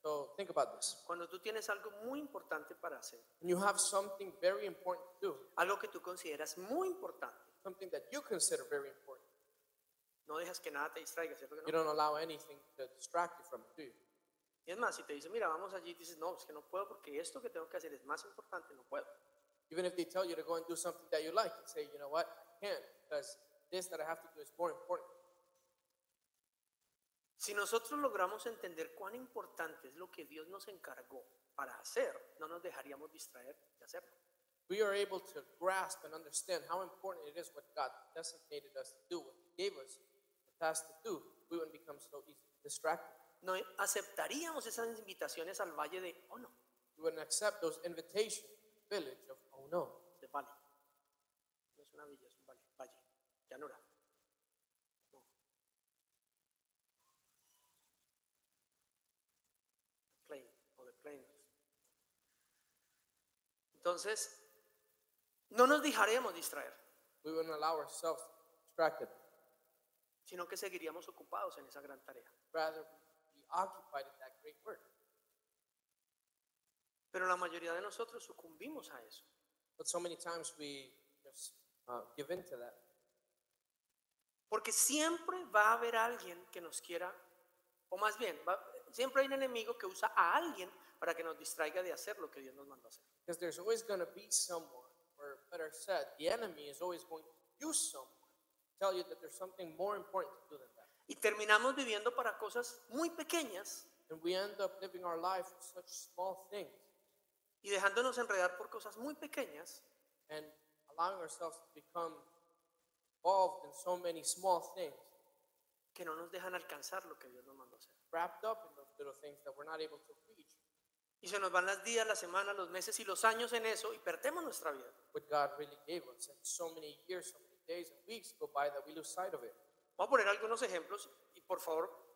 C: So think about this.
B: Cuando tú tienes algo muy importante para hacer,
C: When you have something very important to do,
B: algo que tú consideras muy importante,
C: something that you consider very important,
B: no dejas que nada te distraiga, ¿cierto que no?
C: you don't allow anything to distract you from it, do you?
B: Y es más, si te dicen, mira, vamos allí, dices, no, es que no puedo porque esto que tengo que hacer es más importante, no puedo.
C: Even if they tell you to go and do something that you like, you say, you know what, I can't because this that I have to do is more important.
B: Si nosotros logramos entender cuán importante es lo que Dios nos encargó para hacer, no nos dejaríamos distraer de hacerlo.
C: we are able to grasp and understand how important it is what God designated us to do, what He gave us the task to do, we wouldn't become so easily distracted.
B: No aceptaríamos esas invitaciones al valle de, oh no,
C: We wouldn't accept those invitations to the village of oh no.
B: de valle. No es una villa, es un valle, valle, llanura. No. Plain, o de plain. Entonces, no nos dejaremos distraer,
C: We wouldn't allow ourselves to be distracted.
B: sino que seguiríamos ocupados en esa gran tarea.
C: Rather, be occupied in that great work.
B: Pero la mayoría de nosotros sucumbimos a eso.
C: But so many times we just uh, give in to that.
B: Porque siempre va a haber alguien que nos quiera, o más bien, va- siempre hay un enemigo que usa a alguien para que nos distraiga de hacer lo que Dios nos mandó a hacer.
C: Because there's always going to be someone, or better said, the enemy is always going to use someone to tell you that there's something more important to do than that.
B: Y terminamos viviendo para cosas muy pequeñas
C: And we end up living our life for such small things
B: y dejándonos enredar por cosas muy pequeñas
C: and allowing ourselves to become involved in so many small things,
B: que no nos dejan alcanzar lo que Dios nos mandó a hacer.
C: wrapped up in those little things that we're not able to reach.
B: Y se nos van las días, las semanas, los meses y los años en eso y perdemos nuestra vida.
C: What God really gave us. And so many years, so many days and weeks go by that we lose sight of it.
B: Voy a poner algunos ejemplos y por favor,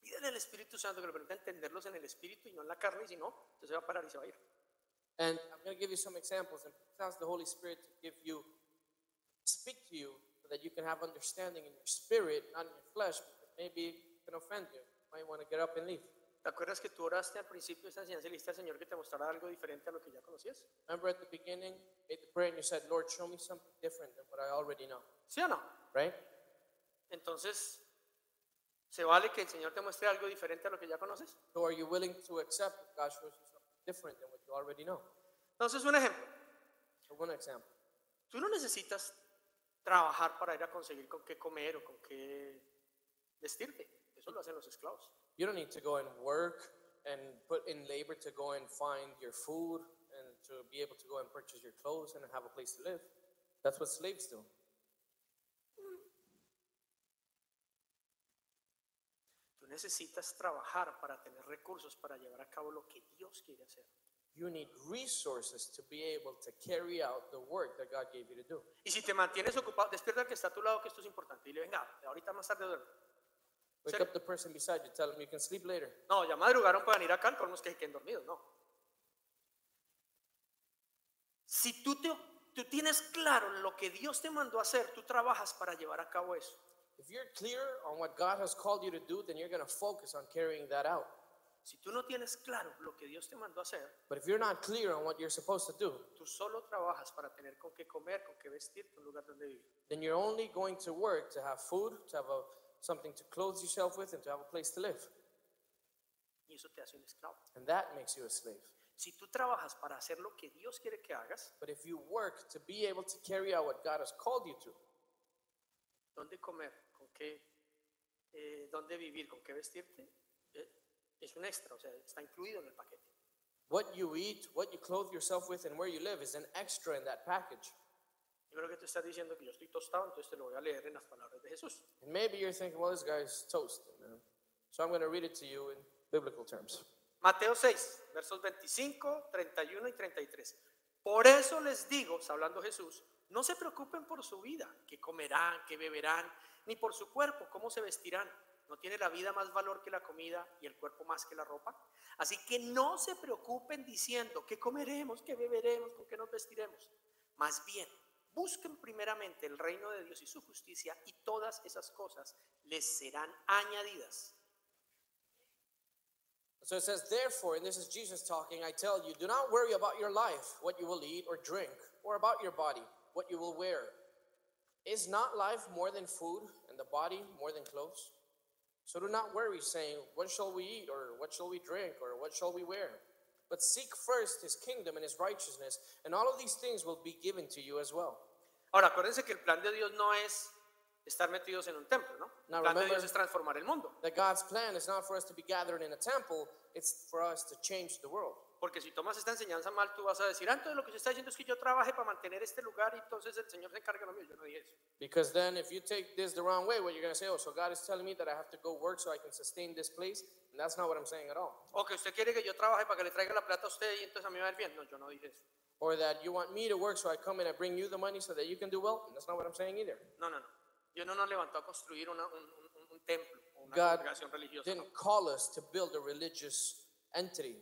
B: pídele al Espíritu Santo que le permita entenderlos en el Espíritu y no en la carne, y si no, entonces se va a parar y se va a ir.
C: And I'm going to give you some examples and please ask the Holy Spirit to give you, speak to you so that you can have understanding in your spirit, not in your flesh, because maybe it can offend you. You might want to get up and leave.
B: ¿Te acuerdas que tú oraste al principio de esta enseñanza y le dijiste al Señor que te mostrara algo diferente a lo que ya conocías?
C: Remember at the beginning, you made the prayer and you said, Lord, show me something different than what I already know,
B: ¿Sí o no?
C: right?
B: Entonces, ¿se vale que el Señor te muestre algo diferente a lo que ya conoces?
C: So are you willing to accept that God shows you something different than what you already know?
B: Entonces, un ejemplo.
C: So one example.
B: Tú no necesitas trabajar para ir a conseguir con qué comer o con qué vestirte. Eso lo hacen los esclavos.
C: You don't need to go and work and put in labor to go and find your food and to be able to go and purchase your clothes and have a place to live. That's what slaves do.
B: Tú necesitas trabajar para tener recursos para llevar a cabo lo que Dios quiere hacer.
C: You need resources to be able to carry out the work that God gave you to do.
B: Y si te mantienes ocupado, despierta al que está a tu lado, que esto es importante. Dile, venga, ahorita más tarde duermo.
C: Wake
B: Sir.
C: up the person beside you, tell them you can sleep later.
B: No, ya madrugaron para venir acá, el colmo es que se queden dormidos, no. Si tú, te, tú tienes claro lo que Dios te mandó a hacer, tú trabajas para llevar a cabo eso.
C: If you're clear on what God has called you to do, then you're going to focus on carrying that out.
B: Si tú no tienes claro lo que Dios te mandó a hacer,
C: But if you're not clear on what you're supposed to do,
B: tú solo trabajas para tener con qué comer, con qué vestir, un lugar donde vivir.
C: then you're only going to work to have food, to have a, something to clothe yourself with, and to have a place to live.
B: Y eso te hace un esclavo.
C: And that makes you a slave.
B: Si tú trabajas para hacer lo que Dios quiere que hagas,
C: But if you work to be able to carry out what God has called you to,
B: dónde comer, con qué, eh, dónde vivir, con qué vestirte, eh, es un extra, o sea, está incluido en el paquete.
C: what you eat, what you clothe yourself with, and where you live is an extra in that package.
B: Yo creo que tú estás diciendo que yo estoy tostado, entonces te lo voy a leer en las palabras de Jesús.
C: And maybe you're thinking, well, this guy's toasted, man. So I'm going to read it to you in biblical terms.
B: Mateo 6, versos 25, 31 y 33. Por eso les digo, está hablando Jesús, no se preocupen por su vida, qué comerán, qué beberán, ni por su cuerpo, cómo se vestirán. ¿No tiene la vida más valor que la comida y el cuerpo más que la ropa? Así que no se preocupen diciendo qué comeremos, qué beberemos, con qué nos vestiremos. Más bien, busquen primeramente el reino de Dios y su justicia y todas esas cosas les serán añadidas.
C: So it says, therefore, and this is Jesus talking, I tell you, do not worry about your life, what you will eat or drink, or about your body, what you will wear. Is not life more than food, and the body more than clothes? So do not worry, saying, What shall we eat, or what shall we drink, or what shall we wear? But seek first his kingdom and his righteousness, and all of these things will be given to you as well.
B: Ahora, acuérdense que el plan de Dios no es estar metidos en un templo, ¿no?
C: Now
B: el plan de
C: remember-
B: Dios es transformar el mundo.
C: That God's plan is not for us to be gathered in a temple, it's for us to change the world.
B: Porque si tomas esta enseñanza mal, tú vas a decir, ah, entonces lo que se está diciendo es que yo trabaje para mantener este lugar y entonces el Señor se encarga de lo mío. Yo no dije eso.
C: Because then, if you take this the wrong way, what you're going to say, oh, so God is telling me that I have to go work so I can sustain this place? And that's not what I'm saying at all.
B: O que usted quiere que yo trabaje para que le traiga la plata a usted y entonces a mí me va a ir bien. No, yo no dije eso.
C: Or that you want me to work so I come and I bring you the money so that you can do well? And that's not what I'm saying either.
B: No, no, no. Dios no nos levantó a construir una- un, un- un templo o una
C: God
B: congregación religiosa. no.
C: didn't call us to build a religious entity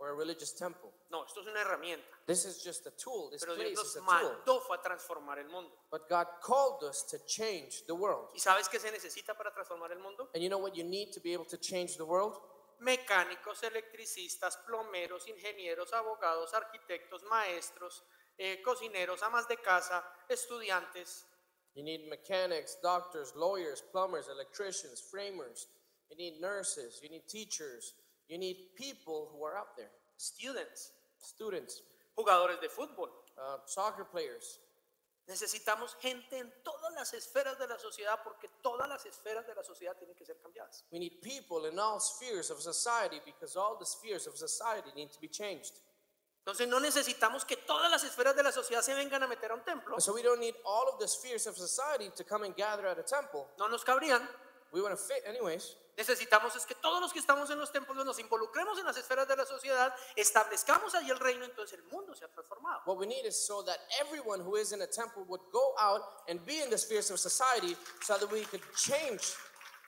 C: or a religious temple.
B: No, esto es una herramienta.
C: This is just a tool. This
B: Pero
C: place
B: Dios
C: is
B: nos
C: a tool.
B: mandó fue a transformar el mundo.
C: But God called us to change the world.
B: ¿Y sabes qué se necesita para transformar el mundo?
C: And you know what you need to be able to change the world?
B: Mecánicos, electricistas, plomeros, ingenieros, abogados, arquitectos, maestros, eh, cocineros, amas de casa, estudiantes.
C: You need mechanics, doctors, lawyers, plumbers, electricians, framers. You need nurses. You need teachers. You need people who are out there.
B: students,
C: Students,
B: jugadores de fútbol.
C: uh, soccer players.
B: Necesitamos gente en todas las esferas de la sociedad porque todas las esferas de la sociedad tienen que ser cambiadas.
C: We need people in all spheres of society because all the spheres of society need to be changed.
B: Entonces no necesitamos que todas las esferas de la sociedad se vengan a meter a un templo.
C: And so we don't need all of the spheres of society to come and gather at a temple.
B: No nos cabrían.
C: We want to fit anyways.
B: Necesitamos es que todos los que estamos en los templos nos involucremos en las esferas de la sociedad, establezcamos ahí el reino, entonces el mundo se ha transformado.
C: What we need is so that everyone who is in a temple would go out and be in the spheres of society so that we could change.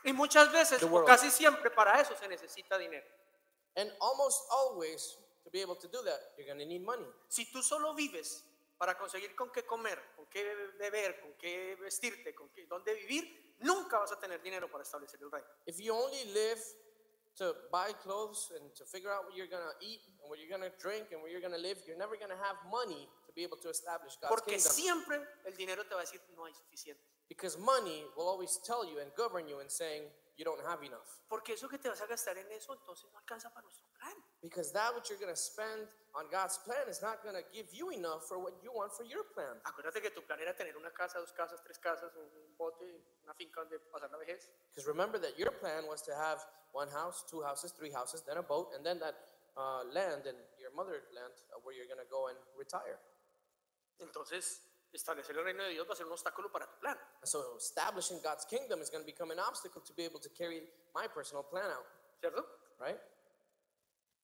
B: Y muchas veces,
C: The
B: o
C: world.
B: casi siempre, para eso se necesita dinero.
C: And almost always, to be able to do that, you're going to need money.
B: Si tú solo vives para conseguir con qué comer, con qué beber, con qué vestirte, con qué, dónde vivir, nunca vas a tener dinero para establecer el reino.
C: If you only live to buy clothes and to figure out what you're going to eat and what you're going to drink and where you're going to live, you're never going to have money to be able to establish God's
B: Porque
C: kingdom.
B: siempre el dinero te va a decir no hay suficiente.
C: Because money will always tell you and govern you in saying you don't have enough.
B: Porque eso que te vas a gastar en eso, entonces no alcanza para nuestro plan.
C: Because that what you're going to spend on God's plan is not going to give you enough for what you want for your plan.
B: Acuérdate que tu plan era tener una casa, dos casas, tres casas, un- un bote, una finca donde pasar la vejez.
C: Because remember that your plan was to have one house, two houses, three houses, then a boat, and then that uh, land and your motherland uh, where you're going to go and retire.
B: Entonces, establecer el reino de Dios va a ser un obstáculo para tu plan.
C: And so establishing God's kingdom is going to become an obstacle to be able to carry my personal plan out,
B: ¿Cierto?
C: right?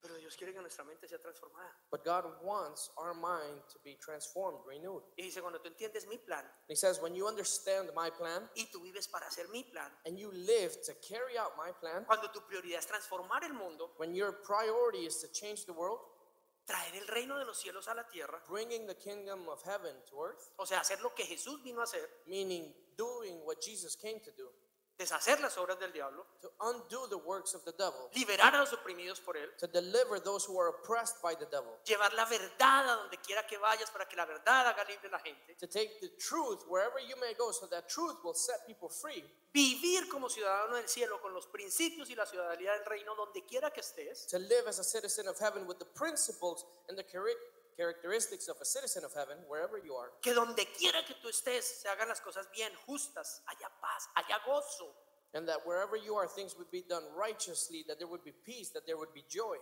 B: Pero Dios quiere que nuestra mente sea transformada.
C: But God wants our mind to be transformed, renewed.
B: Y dice, cuando tú entiendes mi plan
C: And he says, when you understand my plan
B: y tú vives para hacer mi plan,
C: and you live to carry out my plan,
B: Cuando tu prioridad es transformar el mundo,
C: when your priority is to change the world,
B: traer el reino de los cielos a la tierra,
C: bringing the kingdom of heaven to earth,
B: o sea, hacer lo que Jesús vino a hacer,
C: meaning doing what Jesus came to do,
B: deshacer las obras del diablo,
C: to undo the works of the devil,
B: liberar a los oprimidos por él,
C: to deliver those who are oppressed by the devil,
B: llevar la verdad a donde quiera que vayas para que la verdad haga libre a la gente,
C: to take the truth wherever you may go so that truth will set people free,
B: vivir como ciudadano del cielo con los principios y la ciudadanía del reino donde quiera que estés,
C: to live as a citizen of heaven with the principles and the chari- characteristics of a citizen of heaven wherever you are.
B: que donde quiera que tú estés se hagan las cosas bien, justas, haya paz, haya gozo.
C: And that wherever you are, things would be done righteously, that there would be peace, that there would be joy.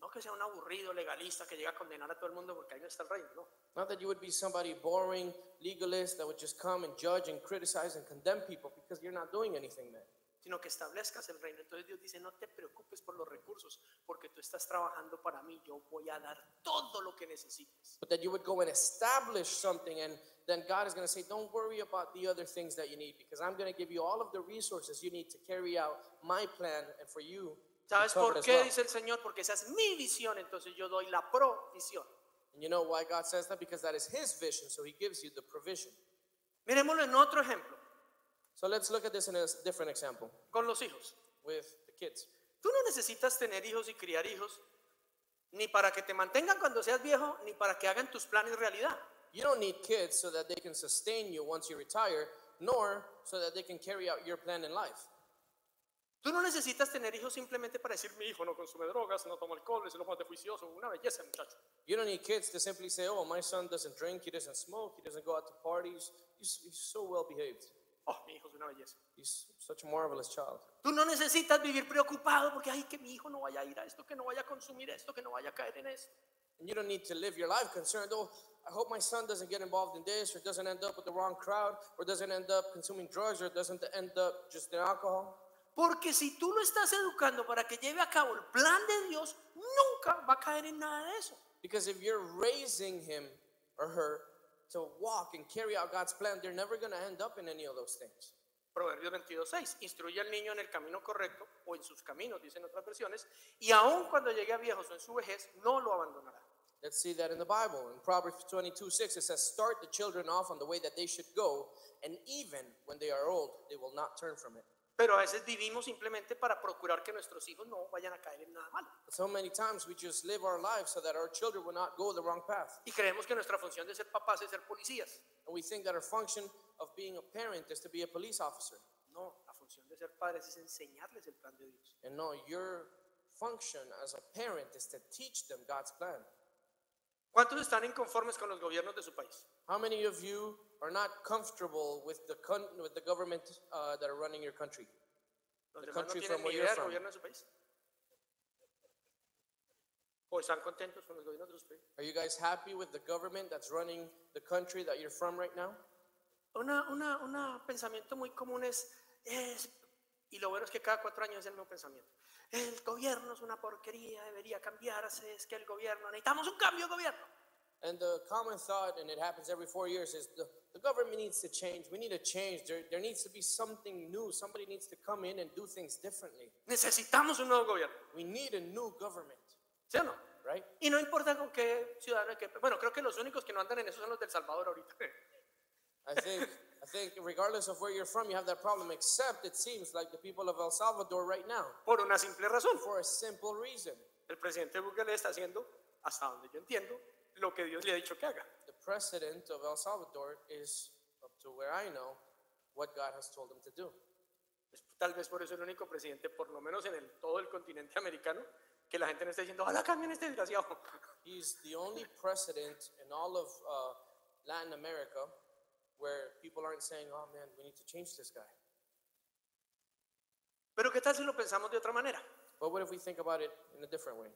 B: No que sea un aburrido legalista que llega a condenar a todo el mundo porque ahí no está el reino, no.
C: Not that you would be somebody boring, legalist that would just come and judge and criticize and condemn people because you're not doing anything then.
B: sino que establezcas el reino. Entonces Dios dice, no te preocupes por los recursos, porque tú estás trabajando para mí, yo voy a dar todo lo que necesites.
C: But that you would go and establish something, and then God is going to say, Don't worry about the other things that you need because I'm going to give you all of the resources you need to carry out my plan and for you. to be
B: ¿Sabes
C: covered
B: por
C: as
B: qué?
C: well."
B: Dice el Señor, porque esa es mi visión, entonces yo doy la provisión.
C: And you know why God says that? Because that is His vision, so He gives you the provision.
B: Miremoslo en otro ejemplo,
C: So let's look at this in a s- different example
B: con los hijos.
C: with the kids.
B: Tú no necesitas tener hijos y criar hijos, ni para que te mantengan cuando seas viejo, ni para que hagan tus planes realidad.
C: You don't need kids so that they can sustain you once you retire, nor so that they can carry out your plan in life.
B: Tú no necesitas tener hijos simplemente para decir, mi hijo no consume drogas, no toma alcohol, es lo más de juicioso, una belleza, muchacho.
C: You don't need kids to simply say, Oh, my son doesn't drink, he doesn't smoke, he doesn't go out to parties. He's, he's so well behaved.
B: Oh, mi hijo es una belleza.
C: He's such a marvelous child.
B: Tú no necesitas vivir preocupado porque, ay, que mi hijo no vaya a ir a esto, que no vaya a consumir esto, que no vaya a caer en esto.
C: And you don't need to live your life concerned, Oh, I hope my son doesn't get involved in this, or doesn't end up with the wrong crowd, or doesn't end up consuming drugs, or doesn't end up just in alcohol.
B: Porque si tú lo estás educando para que lleve a cabo el plan de Dios, nunca va a caer en nada de eso.
C: Because if you're raising him or her to walk and carry out God's plan, they're never going to end up in any of those things.
B: Proverbios 22.6, instruye al niño en el camino correcto o en sus caminos, dicen otras versiones, y aun cuando llegue a viejos o en su vejez, no lo abandonará.
C: Let's see that in the Bible. In Proverbs 22 6, it says, Start the children off on the way that they should go, and even when they are old, they will not turn from it.
B: Pero a veces vivimos simplemente para procurar que nuestros hijos no vayan a caer en nada malo.
C: So many times we just live our lives so that our children will not go the wrong path.
B: Y creemos que nuestra función de ser papás es ser policías.
C: And we think that our function of being a parent is to be a police officer.
B: No, la función de ser padres es enseñarles el plan de Dios.
C: And no, your function as a parent is to teach them God's plan.
B: ¿Cuántos están inconformes con los gobiernos de su país?
C: How many of you are not comfortable with the, con- with the government uh, that are running your country?
B: ¿Los
C: The
B: demás no
C: country
B: tienen
C: from
B: ni
C: where you're
B: idea del
C: from.
B: gobierno de su país? ¿O están contentos con los gobiernos de su país?
C: Are you guys happy with the government that's running the country that you're from right now?
B: Una, una, una pensamiento muy común es, es- y lo bueno es que cada cuatro años es el mismo pensamiento. El gobierno es una porquería, debería cambiarse, es que el gobierno, necesitamos un cambio de gobierno.
C: And the common thought, and it happens every four years, is the, the government needs to change. We need a change. There, there needs to be something new. Somebody needs to come in and do things differently.
B: Necesitamos un nuevo gobierno,
C: We need a new government,
B: ¿sí o no?
C: right?
B: Y no importa con qué ciudadano, que, bueno, creo que los únicos que no andan en eso son los del Salvador ahorita.
C: I think, I think, regardless of where you're from, you have that problem, except it seems like the people of El Salvador right now,
B: Por una simple razón.
C: for a simple reason.
B: El presidente Bukele está haciendo, hasta donde yo entiendo, lo que Dios le ha dicho que haga.
C: The president of El Salvador is, up to where I know, what God has told him to do.
B: Es Tal vez por eso el único presidente, por lo menos en el- todo el continente americano, que la gente no está diciendo, ojalá cambien este desgraciado.
C: He's the only president in all of uh, Latin America where people aren't saying, oh man, we need to change this guy.
B: Pero ¿qué tal si lo pensamos de otra manera?
C: But what if we think about it in a different way?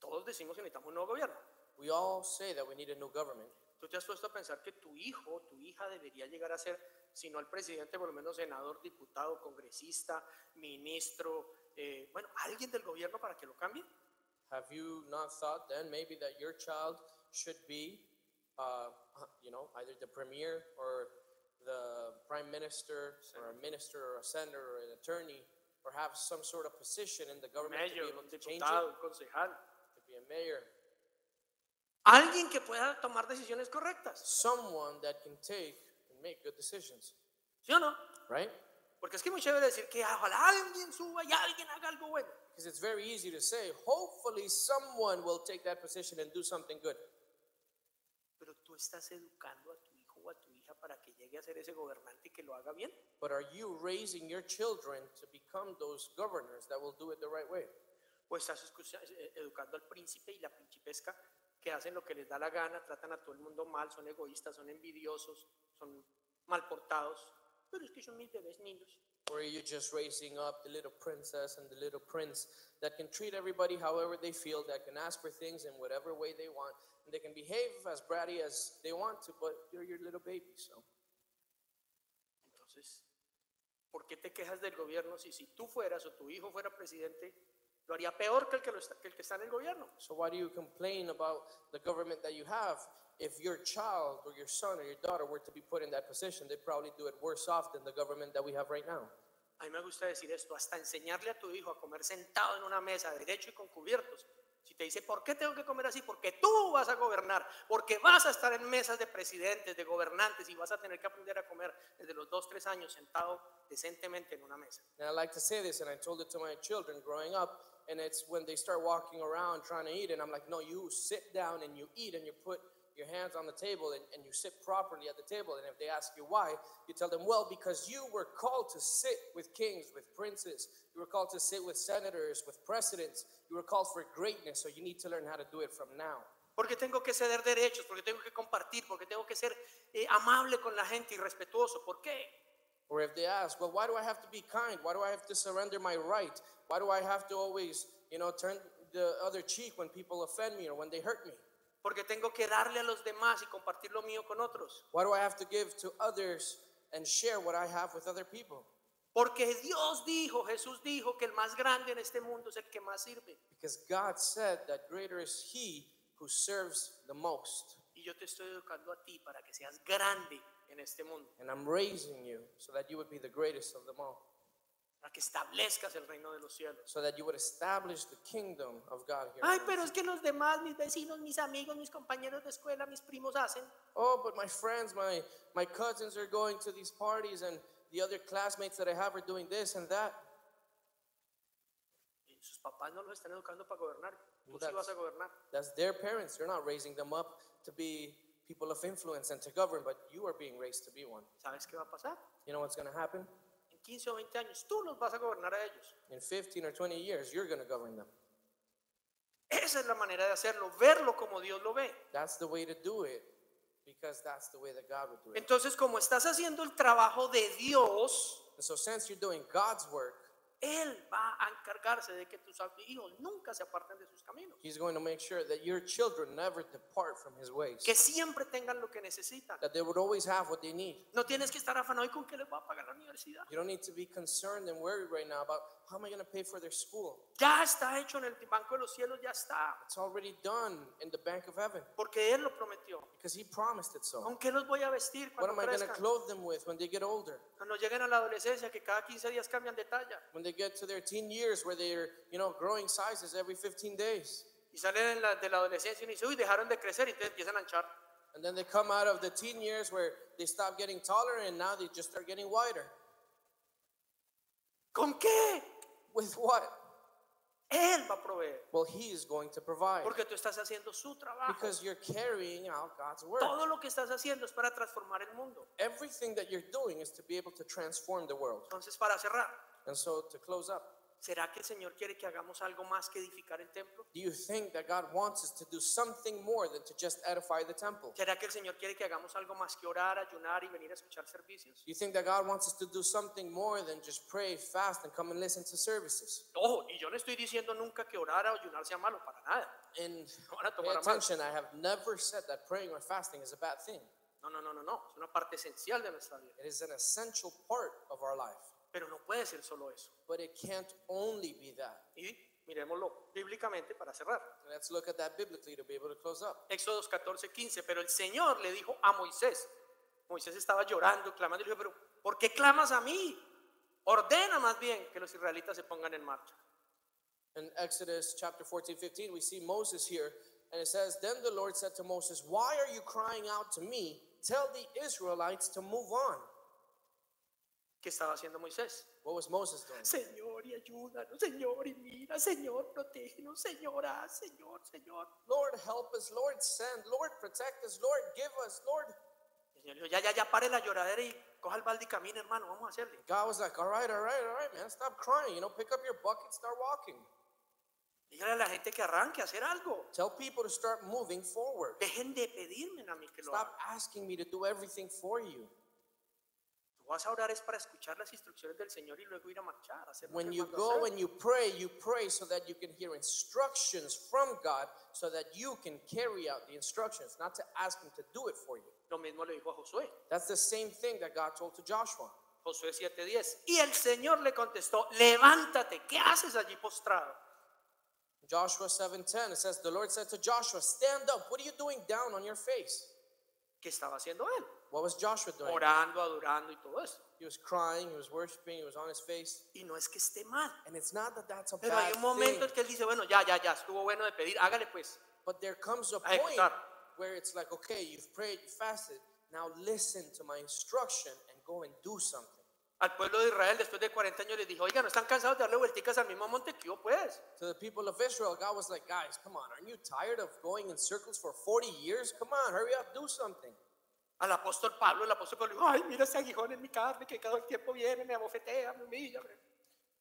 B: Todos decimos que necesitamos un nuevo gobierno.
C: We all say that we need a new government.
B: ¿Tú te has puesto a pensar que tu hijo o tu hija debería llegar a ser, si no el presidente, por lo menos senador, diputado, congresista, ministro, eh, bueno, alguien del gobierno para que lo cambie?
C: Have you not thought then maybe that your child should be, uh, you know, either the premier or the prime minister or a minister or a senator or an attorney or have some sort of position in the government to
B: Mayor,
C: be able
B: un
C: to change it,
B: diputado, un concejal.
C: to be a mayor,
B: Alguien que pueda tomar decisiones correctas.
C: someone that can take and make good decisions,
B: ¿Sí o no?
C: right?
B: Porque es que es muy chévere decir que "Ah, ojalá alguien suba y alguien haga algo bueno.
C: Because it's very easy to say, hopefully someone will take that position and do something good.
B: Pero tú estás educando a tu hijo o a tu hija para que llegue a ser ese gobernante y que lo haga bien.
C: But are you raising your children to become those governors that will do it the right way?
B: O estás escucha- eh, educando al príncipe y la principesca que hacen lo que les da la gana, tratan a todo el mundo mal, son egoístas, son envidiosos, son mal portados. Pero es que son mis bebés niños.
C: Or are you just raising up the little princess and the little prince that can treat everybody however they feel, that can ask for things in whatever way they want, and they can behave as bratty as they want to, but you're your little baby, so.
B: Entonces, ¿por qué te quejas del gobierno si si tú fueras o tu hijo fuera presidente, lo haría peor que el que, lo está, que el que está en el gobierno?
C: So why do you complain about the government that you have? If your child or your son or your daughter were to be put in that position, they'd probably do it worse off than the government that we have right now.
B: A mí me gusta decir esto, hasta enseñarle a tu hijo a comer sentado en una mesa, derecho y con cubiertos. Si te dice, ¿por qué tengo que comer así? Porque tú vas a gobernar, porque vas a estar en mesas de presidentes, de gobernantes y vas a tener que aprender a comer desde los 2, 3 años sentado decentemente en una mesa.
C: And I like to say this, and I told it to my children growing up, and it's when they start walking around trying to eat, and I'm like, no, you sit down and you eat, and you put your hands on the table, and, and you sit properly at the table. And if they ask you why, you tell them, well, because you were called to sit with kings, with princes, you were called to sit with senators, with presidents, you were called for greatness, so you need to learn how to do it from now.
B: Porque tengo que ceder derechos, porque tengo que compartir, porque tengo que ser eh, amable con la gente y respetuoso. ¿Por qué?
C: Or if they ask, well, why do I have to be kind? Why do I have to surrender my right? Why do I have to always, you know, turn the other cheek when people offend me or when they hurt me?
B: Porque tengo que darle a los demás y compartir lo mío con otros.
C: Why do I have to give to others and share what I have with other people?
B: Porque Dios dijo, Jesús dijo que el más grande en este mundo es el que más sirve.
C: Because God said that greater is he who serves the most.
B: Y yo te estoy educando a ti para que seas grande en este mundo,
C: And I'm raising you so that you would be the greatest of them all,
B: para que establezcas el reino de los cielos.
C: so that you would establish the kingdom of God here. on
B: Ay,
C: earth.
B: pero es que los demás, mis vecinos, mis amigos, mis compañeros de escuela, mis primos hacen.
C: Oh, but my friends, my, my cousins are going to these parties, and the other classmates that I have are doing this and that.
B: Y sus papás no los están educando para gobernar. Tú sí
C: That's-
B: vas a gobernar.
C: That's their parents. You're not raising them up to be people of influence and to govern, but you are being raised to be one.
B: ¿Sabes qué va a pasar?
C: You know what's going to happen?
B: En 15 o 20 años tú los vas a gobernar a ellos.
C: In 15 or 20 years, you're going to govern them.
B: Esa es la manera de hacerlo, verlo como Dios lo ve.
C: That's the way to do it because that's the way that God would do it.
B: Entonces, como estás haciendo el trabajo de Dios,
C: And so, since you're doing God's work,
B: Él va a encargarse de que tus hijos nunca se aparten de sus caminos,
C: He's going to make sure that your children never depart from His ways,
B: que siempre tengan lo que necesitan.
C: that they would always have what they need.
B: No tienes que estar afanado y con qué les va a pagar la universidad.
C: You don't need to be concerned and worried right now about how am I going to pay for their school.
B: Ya está hecho en el banco de los cielos, ya está,
C: It's already done in the bank of heaven
B: porque Él lo prometió.
C: because He promised it so.
B: ¿Con qué los voy a vestir
C: What
B: cuando
C: am I going to
B: crezcan?
C: clothe them with when they get older?
B: Cuando lleguen a la adolescencia, que cada 15 días cambian de talla
C: When they get to their teen years, where they're you know growing sizes every 15 days,
B: y salen en la- de la adolescencia y dicen, uy, dejaron de crecer y entonces empiezan a anchar.
C: and then they come out of the teen years where they stop getting taller and now they just start getting wider.
B: ¿Con qué?
C: With what?
B: Él va a proveer.
C: Well, He is going to provide
B: Porque tú estás haciendo su trabajo.
C: because you're carrying out God's word.
B: Todo lo que estás haciendo es para transformar el mundo.
C: Everything that you're doing is to be able to transform the world.
B: Entonces, para cerrar,
C: And so, to close up,
B: ¿será que el Señor quiere que hagamos algo más que edificar el templo?
C: do you think that God wants us to do something more than to just edify the temple?
B: ¿Será que el Señor quiere que hagamos algo más que orar, ayunar y venir a escuchar servicios?
C: Do you think that God wants us to do something more than just pray, fast, and come and listen to services?
B: Ojo, y yo no estoy diciendo nunca que orar o ayunar sea malo, para nada.
C: And
B: No van a
C: pay
B: tomar a mal.
C: attention, I have never said that praying or fasting is a bad thing.
B: No, no, no, no, no. Es una parte esencial de nuestra vida.
C: It is an essential part of our life.
B: Pero no puede ser solo eso.
C: But it can't only be that.
B: Y miremoslo bíblicamente para cerrar.
C: Let's look at that biblically to be able to close up.
B: Éxodos 14, 15. Pero el Señor le dijo a Moisés: Moisés estaba llorando, clamando. Y le dijo: Pero, ¿por qué clamas a mí? Ordena más bien que los israelitas se pongan en marcha.
C: In Exodus chapter 14, 15, we see Moses here, and it says, Then the Lord said to Moses, Why are you crying out to me? Tell the Israelites to move on.
B: ¿Qué estaba haciendo Moisés?
C: What was Moses doing?
B: Señor, y ayúdanos, Señor, y mira, Señor, protégenos, Señor, haz, Señor, Señor.
C: Lord, help us. Lord, send. Lord, protect us. Lord, give us. Lord.
B: El Señor dijo: Ya, ya, ya, pare la lloradera y coja el balde y camina, hermano, vamos a hacerle.
C: God was like, all right, all right, all right, man. Stop crying. You know, pick up your bucket, start walking.
B: Dígale a la gente que arranque a hacer algo.
C: Tell people to start moving forward.
B: Dejen de pedirme a mí que lo
C: Stop
B: haga.
C: asking me to do everything for you.
B: Tú Vas a orar es para escuchar las instrucciones del Señor y luego ir a marchar. Hacer lo
C: When
B: que
C: you
B: manda hacer.
C: go and you pray, you pray so that you can hear instructions from God so that you can carry out the instructions, not to ask Him to do it for you.
B: Lo mismo le dijo a Josué,
C: That's the same thing that God told to Joshua.
B: Josué 7:10. Y el Señor le contestó, levántate, ¿qué haces allí postrado?
C: Joshua 7:10 it says the Lord said to Joshua stand up what are you doing down on your face
B: ¿Qué estaba haciendo él?
C: What was Joshua doing?
B: Orando, adorando y todo eso.
C: He was crying, he was worshiping, he was on his face.
B: Y no es que esté mal,
C: And it's not that that's a
B: pero
C: bad
B: hay un momento en
C: thing,
B: que él dice, bueno, ya, ya, ya, estuvo bueno de pedir, hágale pues.
C: but there comes a
B: Ay,
C: point
B: claro.
C: where it's like, okay, you've prayed, you fasted, now listen to my instruction and go and do something.
B: Al pueblo de Israel después de 40 años les dijo, oiga, ¿no están cansados de darle vuelticas al mismo monte que yo pues?
C: To the people of Israel, God was like, guys, come on, aren't you tired of going in circles for 40 years? Come on, hurry up, do something.
B: Al apóstol Pablo, el apóstol Pablo dijo, ay, mira ese aguijón en mi carne que cada tiempo viene, me abofetea, me humilla, me-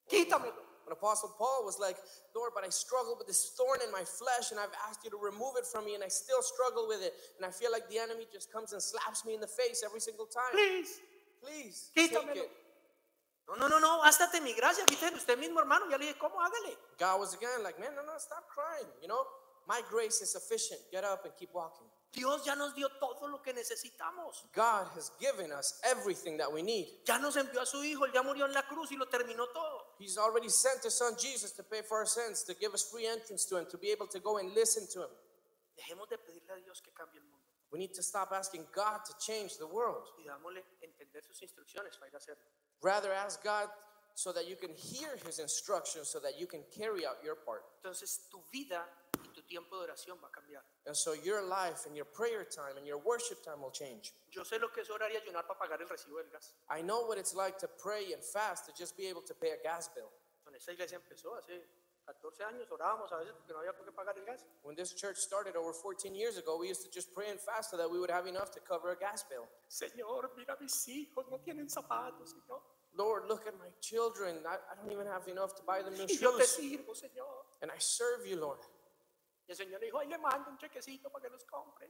B: quítamelo.
C: When Apostle Paul was like, Lord, but I struggle with this thorn in my flesh, and I've asked you to remove it from me, and I still struggle with it. And I feel like the enemy just comes and slaps me in the face every single time.
B: Please.
C: Please, take
B: Quítamelo.
C: it.
B: No, no, no, no, bástate mi gracia, quítelo usted mismo, hermano. Ya le dije, ¿cómo? Hágale.
C: God was again like, man, no, no, stop crying. You know, my grace is sufficient. Get up and keep walking.
B: Dios ya nos dio todo lo que necesitamos.
C: God has given us everything that we need.
B: Ya nos envió a su hijo, él ya murió en la cruz y lo terminó todo.
C: He's already sent his son Jesus to pay for our sins, to give us free entrance to him, to be able to go and listen to him.
B: Dejemos de pedirle a Dios que cambie el mundo.
C: We need to stop asking God to change the world.
B: y dámosle entender sus instrucciones para ir a hacerlo.
C: Rather, ask God so that you can hear His instructions, so that you can carry out your part.
B: Entonces tu vida y tu tiempo de oración va a cambiar.
C: And so your life and your prayer time and your worship time will change.
B: Yo sé lo que es orar y ayunar para pagar el recibo del gas.
C: I know what it's like to pray and fast to just be able to pay a gas bill.
B: Con esta iglesia empezó hace 14 años, orábamos a veces porque no había por qué pagar el gas.
C: When this church started over 14 years ago, we used to just pray and fast so that we would have enough to cover a gas bill.
B: Señor, mira a mis hijos, no tienen zapatos, Señor.
C: Lord, look at my children. I, I don't even have enough to buy them new
B: Y yo te
C: shoes.
B: sirvo, Señor.
C: And I serve you, Lord.
B: Y el Señor le dijo, ahí le mando un chequecito para que los compre.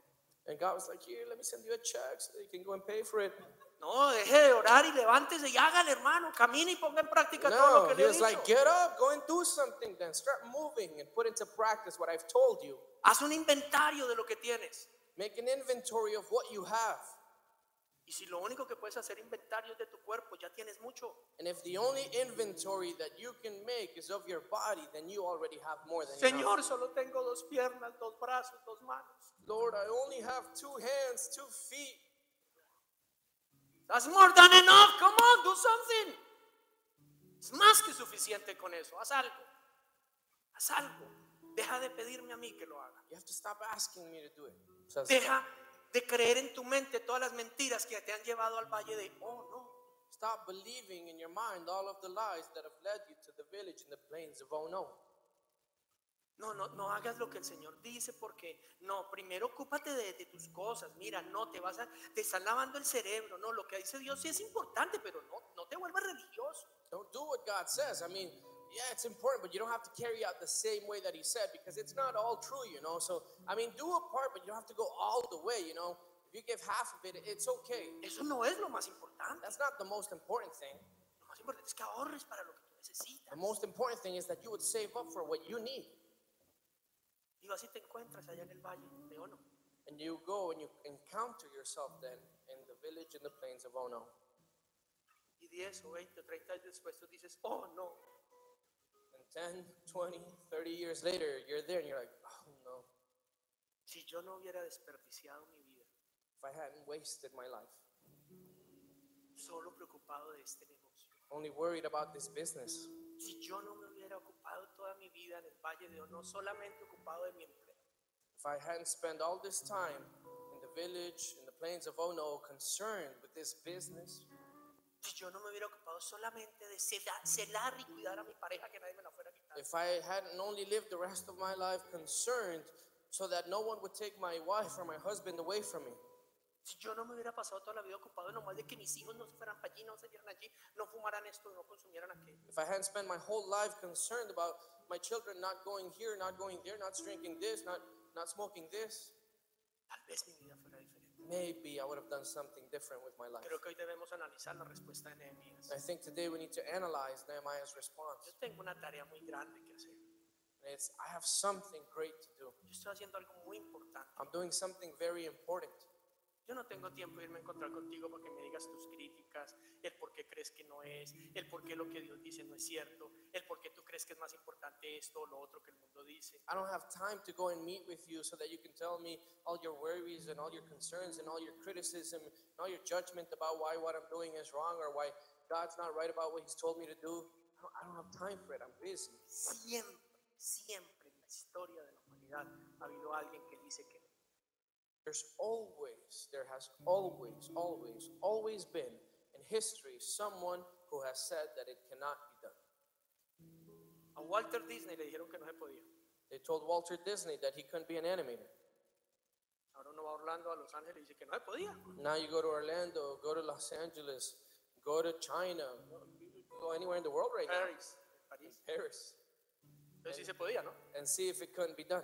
C: And God was like, Here, let me send you a check so that you can go and pay for it.
B: No, deje de orar y levántese y hágale, hermano. Camine y ponga en práctica todo lo
C: No,
B: que
C: he
B: le he
C: was
B: dicho.
C: like, Get up, go and do something then. Start moving and put into practice what I've told you.
B: Haz un inventario de lo que tienes.
C: Make an inventory of what you have.
B: Y si lo único que puedes hacer inventario es de tu cuerpo, ya tienes mucho.
C: And if the only inventory that you can make is of your body, then you already have more than enough.
B: Señor, solo tengo dos piernas, dos brazos, dos manos.
C: Lord, I only have two hands, two feet.
B: That's more than enough. Come on, do something. Es más que suficiente con eso. Haz algo. Haz algo. Deja de pedirme a mí que lo haga.
C: You have to stop asking me to do it. Says-
B: Deja de creer en tu mente todas las mentiras que te han llevado al valle de, oh no.
C: Stop believing in your mind all of the lies that have led you to the village and the plains of oh no.
B: No, no, no hagas lo que el Señor dice porque no, primero ocúpate de, de tus cosas. Mira, no te vas a, te están lavando el cerebro. No, lo que dice Dios sí es importante, pero no, no te vuelvas religioso.
C: Don't do what God says. I mean, yeah, it's important, but you don't have to carry out the same way that He said because it's not all true, you know. So, I mean, do a part, but you don't have to go all the way, you know. If you give half of it, it's okay.
B: Eso no es lo más importante.
C: That's not the most important thing.
B: Lo más importante es que ahorres para lo que tú necesitas.
C: The most important thing is that you would save up for what you need.
B: Y así te encuentras allá en el valle de oh, Ono.
C: And you go and you encounter yourself then in the village in the plains of Ono.
B: Y 10 o 20 o 30 años después tú dices, oh no,
C: And 10, 20, 30 years later, you're there and you're like, oh no,
B: si yo no hubiera desperdiciado mi vida
C: if I hadn't wasted my life,
B: solo preocupado de este negocio,
C: only worried about this business,
B: si yo no me hubiera ocupado toda mi vida en el valle de Ono, solamente ocupado de mi empleo,
C: if I hadn't spent all this time in the village, in the plains of Ono, concerned with this business,
B: si yo no me hubiera ocupado solamente de cela- celar y cuidar a mi pareja que nadie me la fuera a quitar,
C: if I hadn't only lived the rest of my life concerned so that no one would take my wife or my husband away from me,
B: si yo no me hubiera pasado toda la vida ocupado nomás de que mis hijos no se fueran para allí, no se dieran allí, no fumaran esto y no consumieran aquello.
C: If I hadn't spent my whole life concerned about my children not going here, not going there, not drinking this, not, not smoking this,
B: Tal vez mi vida fuera diferente.
C: maybe I would have done something different with my life.
B: Creo que hoy debemos analizar la respuesta de Nehemías.
C: I think today we need to analyze Nehemiah's
B: Yo
C: response.
B: tengo una tarea muy grande que hacer. Yo
C: And it's, I have something great to do.
B: estoy haciendo algo muy importante.
C: I'm doing something very important.
B: Yo no tengo tiempo de irme a encontrar contigo para que me digas tus críticas, el por qué crees que no es, el por qué lo que Dios dice no es cierto, el por qué tú crees que es más importante esto o lo otro que el mundo dice.
C: I don't have time to go and meet with you so that you can tell me all your worries and all your concerns and all your criticism and all your judgment about why what I'm doing is wrong or why God's not right about what He's told me to do. I don't, I don't have time for it. I'm busy.
B: Siempre, siempre en la historia de la humanidad ha habido alguien que dice que no.
C: There's always, there has always, always, always been in history someone who has said that it cannot be done.
B: A Walter Disney le dijeron que no se podía.
C: They told Walter Disney that he couldn't be an animator.
B: Ahora uno va a Orlando, a Los Ángeles y dice que no se podía.
C: Now you go to Orlando, go to Los Angeles, go to China, go anywhere in the world right now,
B: París, París.
C: Paris,
B: Entonces sí se podía, ¿no?
C: and see if it couldn't be done.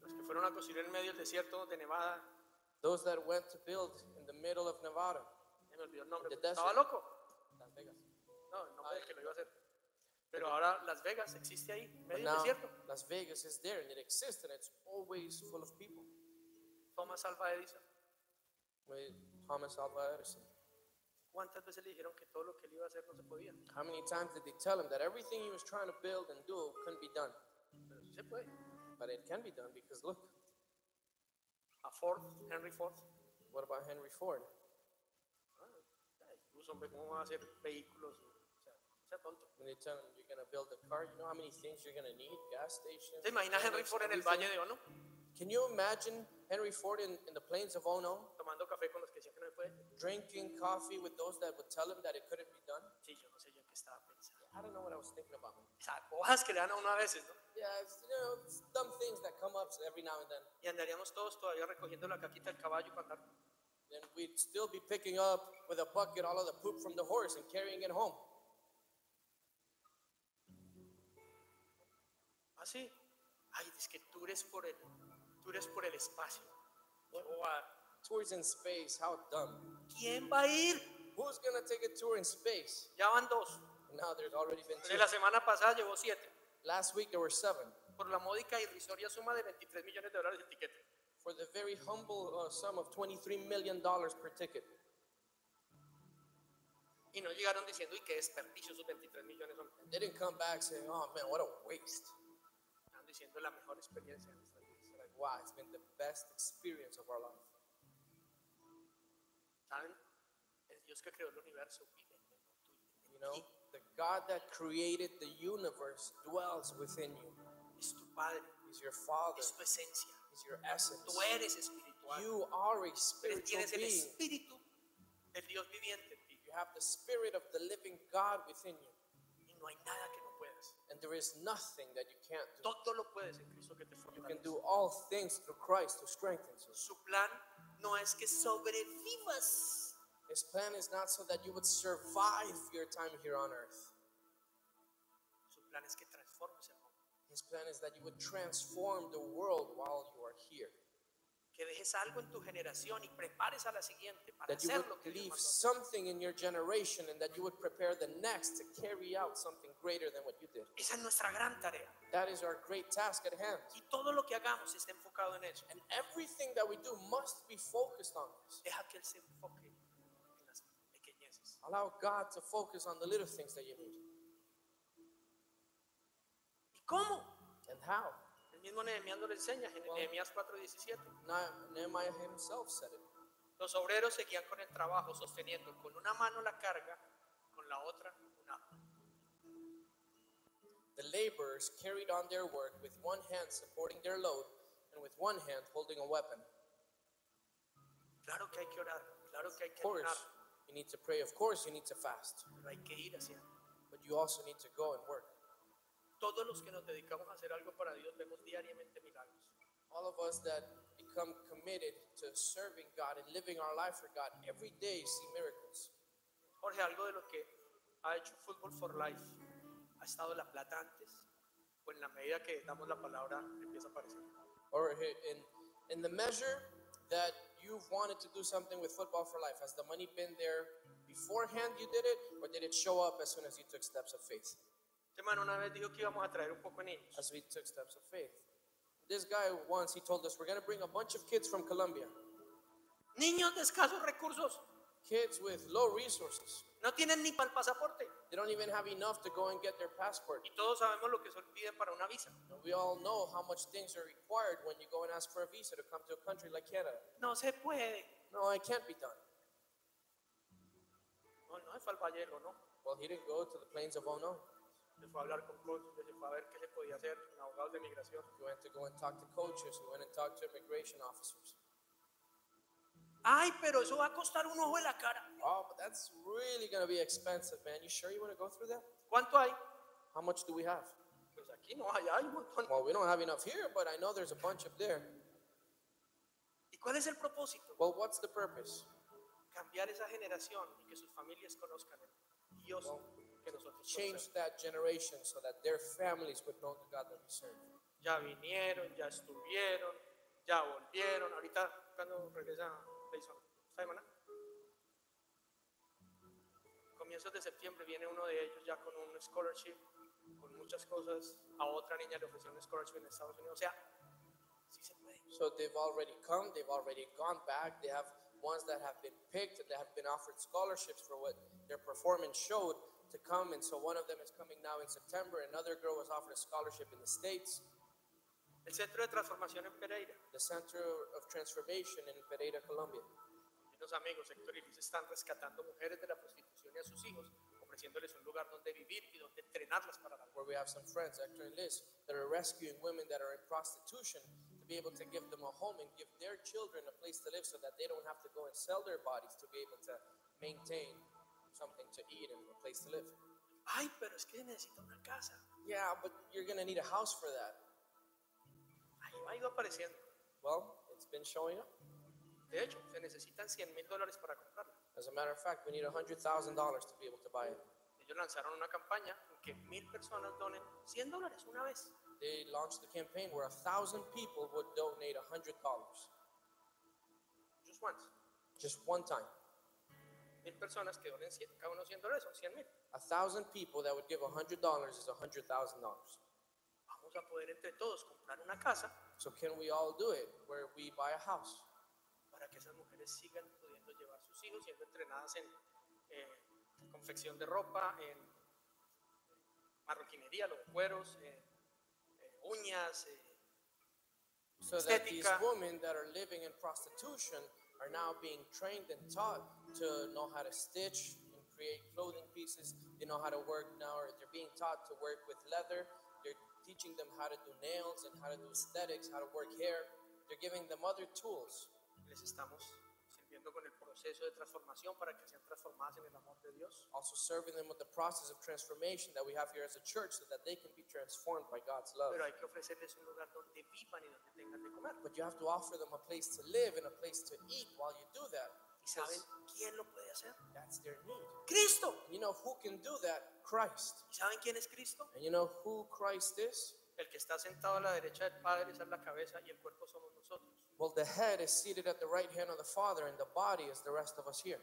B: Los que fueron a construir en medio del desierto de Nevada,
C: Those that went to build in the middle of Nevada,
B: ya me olvidó el nombre,
C: The
B: pero estaba
C: desert.
B: loco.
C: Las Vegas.
B: No, el nombre del que lo iba a hacer. Pero ahora Las Vegas existe ahí,
C: But
B: medio del
C: now
B: desierto.
C: Las Vegas is there and it exists and it's always full of people.
B: Thomas Alva Edison,
C: With Thomas Alva Edison.
B: ¿cuántas veces le dijeron que todo lo que él iba a hacer no se podía?
C: How many times did they tell him that everything he was trying to build and do couldn't be done?
B: Pero sí se puede.
C: But it can be done because look,
B: a Ford, Henry Ford.
C: What about Henry Ford?
B: Ah, incluso, hombre, ¿cómo van a hacer vehículos? O sea, no sea tonto.
C: When they tell him you're gonna build a car, you know how many things you're gonna need? Gas stations.
B: ¿Te imaginas Henry
C: trailers,
B: Ford en el
C: everything.
B: Valle de Ono
C: Can you imagine Henry Ford in, in the plains of Ono
B: tomando café con los que decían que no se puede?
C: drinking coffee with those that would tell him that it couldn't be done?
B: Sí, yo no sé yo en qué estaba pensando.
C: I don't know what I was thinking about.
B: Esas bojas que le dan a uno a veces, ¿no?
C: Yeah, it's, you know, it's dumb things that come up every now and then.
B: Y andaríamos todos todavía recogiendo la caquita del caballo para andar.
C: Then we'd still be picking up with a bucket all of the poop from the horse and carrying it home.
B: Ah, sí. Ay, es que tú eres por el, tú eres por el espacio. Qué bobada.
C: Tours in space, how dumb.
B: ¿Quién va a ir?
C: Who's gonna take a tour in space?
B: Ya van dos.
C: And now there's already been
B: De
C: two.
B: la semana pasada llevó siete.
C: Last week there were seven.
B: Por la módica y irrisoria suma de 23 millones de dólares de tiquete.
C: For the very humble uh, sum of $23 million per ticket.
B: Y no llegaron diciendo, y qué desperdicio esos 23 millones. hombre".
C: They didn't come back saying, oh man, what a waste.
B: Están diciendo la mejor experiencia de nuestra vida.
C: It's like, wow, it's been the best experience of our life.
B: ¿Saben? Es Dios que creó el universo. vive en el mundo, vive
C: You
B: en
C: know,
B: ti.
C: the God that created the universe dwells within you.
B: Es tu Padre,
C: He's your Father,
B: es tu esencia.
C: He's your essence.
B: Tú eres espiritual.
C: You are a
B: Pero
C: spiritual
B: tienes el
C: being.
B: espíritu del Dios viviente en ti.
C: You have the spirit of the living God within you.
B: Y no hay nada que no puedas.
C: And there is nothing that you can't do.
B: Todo lo puedes en Cristo que te
C: You can
B: fortalece.
C: do all things through Christ who strengthens you.
B: Su plan no es que sobrevivas.
C: His plan is not so that you would survive your time here on earth.
B: Su plan es que transformes el mundo.
C: His plan is that you would transform the world while you are here.
B: Que dejes algo en tu generación y prepares a la siguiente para
C: That you
B: hacer lo que
C: would
B: Dios
C: leave
B: mandó.
C: something in your generation and that you would prepare the next to carry out something greater than what you did.
B: Esa es nuestra gran tarea.
C: That is our great task at hand.
B: Y todo lo que hagamos está enfocado en eso.
C: And everything that we do must be focused on this.
B: Deja que Él se enfoque en las pequeñeces.
C: Allow God to focus on the little things that you need.
B: ¿Y cómo?
C: And how?
B: El mismo Nehemías nos lo enseña, en Nehemías 4:17.
C: Na- Nehemiah himself said it.
B: Los obreros seguían con el trabajo, sosteniendo con una mano la carga, con la otra un asno.
C: The laborers carried on their work with one hand supporting their load and with one hand holding a weapon.
B: Claro que hay que orar, claro que hay
C: Of
B: que
C: course,
B: orar,
C: you need to pray. Of course, you need to fast.
B: pero hay que ir hacia Él.
C: But you also need to go and work.
B: Todos los que nos dedicamos a hacer algo para Dios vemos diariamente milagros.
C: All of us that become committed to serving God and living our life for God every day see miracles.
B: Jorge, algo de lo que ha hecho Fútbol for Life ha estado en la plata antes, o en la medida que damos la palabra empieza a aparecer.
C: Or he- in, in the measure that you've wanted to do something with Football for Life, has the money been there beforehand you did it, or did it show up as soon as you took steps of faith?
B: Este man una vez dijo que íbamos a traer un poco de niños.
C: As we took steps of faith. This guy once, he told us, we're going to bring a bunch of kids from Colombia,
B: Niños de escasos recursos,
C: kids with low resources.
B: no tienen ni para el pasaporte.
C: They don't even have enough to go and get their passport.
B: Y todos sabemos lo que se piden para una visa.
C: And we all know how much things are required when you go and ask for a visa to come to a country like Canada.
B: No se puede.
C: No, it can't be done.
B: No, no, se fue al Valle del Ono.
C: Well, he didn't go to the plains of Ono.
B: Se fue a hablar con cónsules, se fue a ver qué se podía hacer con abogados de migración.
C: He went to go and talk to coaches. He went and talked to immigration officers.
B: Ay, pero eso va a costar un ojo de la cara.
C: Oh, but that's really going to be expensive, man. You sure you want to go through that?
B: ¿Cuánto hay?
C: How much do we have?
B: Pues aquí no, allá hay un montón.
C: Well, we don't have enough here, but I know there's a bunch up there.
B: ¿Y cuál es el propósito?
C: Well, what's the purpose?
B: Cambiar esa generación y que sus familias conozcan el Dios que nosotros
C: Change
B: conocemos.
C: that generation so that their families would know the God that we serve.
B: Ya vinieron, ya estuvieron, ya volvieron. Ahorita, cuando regresa Jason? ¿Esta semana? Comienzos de septiembre viene uno de ellos ya con un scholarship, con muchas cosas. A otra niña le ofreció un scholarship en Estados Unidos. O sea, sí se puede.
C: So they've already come, they've already gone back. They have ones that have been picked and they have been offered scholarships for what their performance showed to come. And so one of them is coming now in September. Another girl was offered a scholarship in the States.
B: el Centro de Transformación en Pereira.
C: the Center of Transformation in Pereira, Colombia.
B: Unos amigos, Héctor y Luis, están rescatando mujeres de la prostitución y a sus hijos, ofreciéndoles un lugar donde vivir y donde entrenarlas para la labor.
C: where we have some friends, Hector and Liz, that are rescuing women that are in prostitution to be able to give them a home and give their children a place to live so that they don't have to go and sell their bodies to be able to maintain something to eat and a place to live.
B: Ay, pero es que necesito una casa.
C: Yeah, but you're gonna need a house for that.
B: Ahí ha ido apareciendo.
C: Well, it's been showing up.
B: De hecho, se necesitan 100 mil dólares para comprarla.
C: As a matter of fact, we need $100,000 to be able to buy it.
B: Ellos lanzaron una campaña en que mil personas donen 100 dólares una vez.
C: They launched a campaign where a thousand people would donate $100
B: Just once.
C: just one time.
B: Mil personas que donen 100, cada uno 100 dólares son 100 mil.
C: A thousand people that would give $100 is $100,000.
B: Vamos a poder entre todos comprar una casa
C: So can we all do it where we buy a house
B: para que esas mujeres sigan pudiendo llevar sus hijos siendo entrenadas en eh, confección de ropa, en marroquinería, los cueros, eh, eh, uñas, eh,
C: so that these
B: Estética.
C: women that are living in prostitution are now being trained and taught to know how to stitch and create clothing pieces. They know how to work now or they're being taught to work with leather. They're teaching them how to do nails and how to do aesthetics, how to work hair. They're giving them other tools.
B: les estamos sirviendo con el proceso de transformación para que sean transformadas en el amor de Dios.
C: Also serving them with the process of transformation that we have here as a church so that they can be transformed by God's love.
B: Pero hay que ofrecerles un lugar donde vivan y donde tengan de comer.
C: But you have to offer them a place to live and a place to eat while you do that.
B: ¿Y saben quién lo puede hacer?
C: That's their need.
B: Cristo.
C: You know who can do that? Christ.
B: ¿Y saben quién es Cristo?
C: And you know who Christ is?
B: El que está sentado a la derecha del Padre, esa es la cabeza y el cuerpo somos nosotros.
C: Well, the head is seated at the right hand of the Father, and the body is the rest of us here.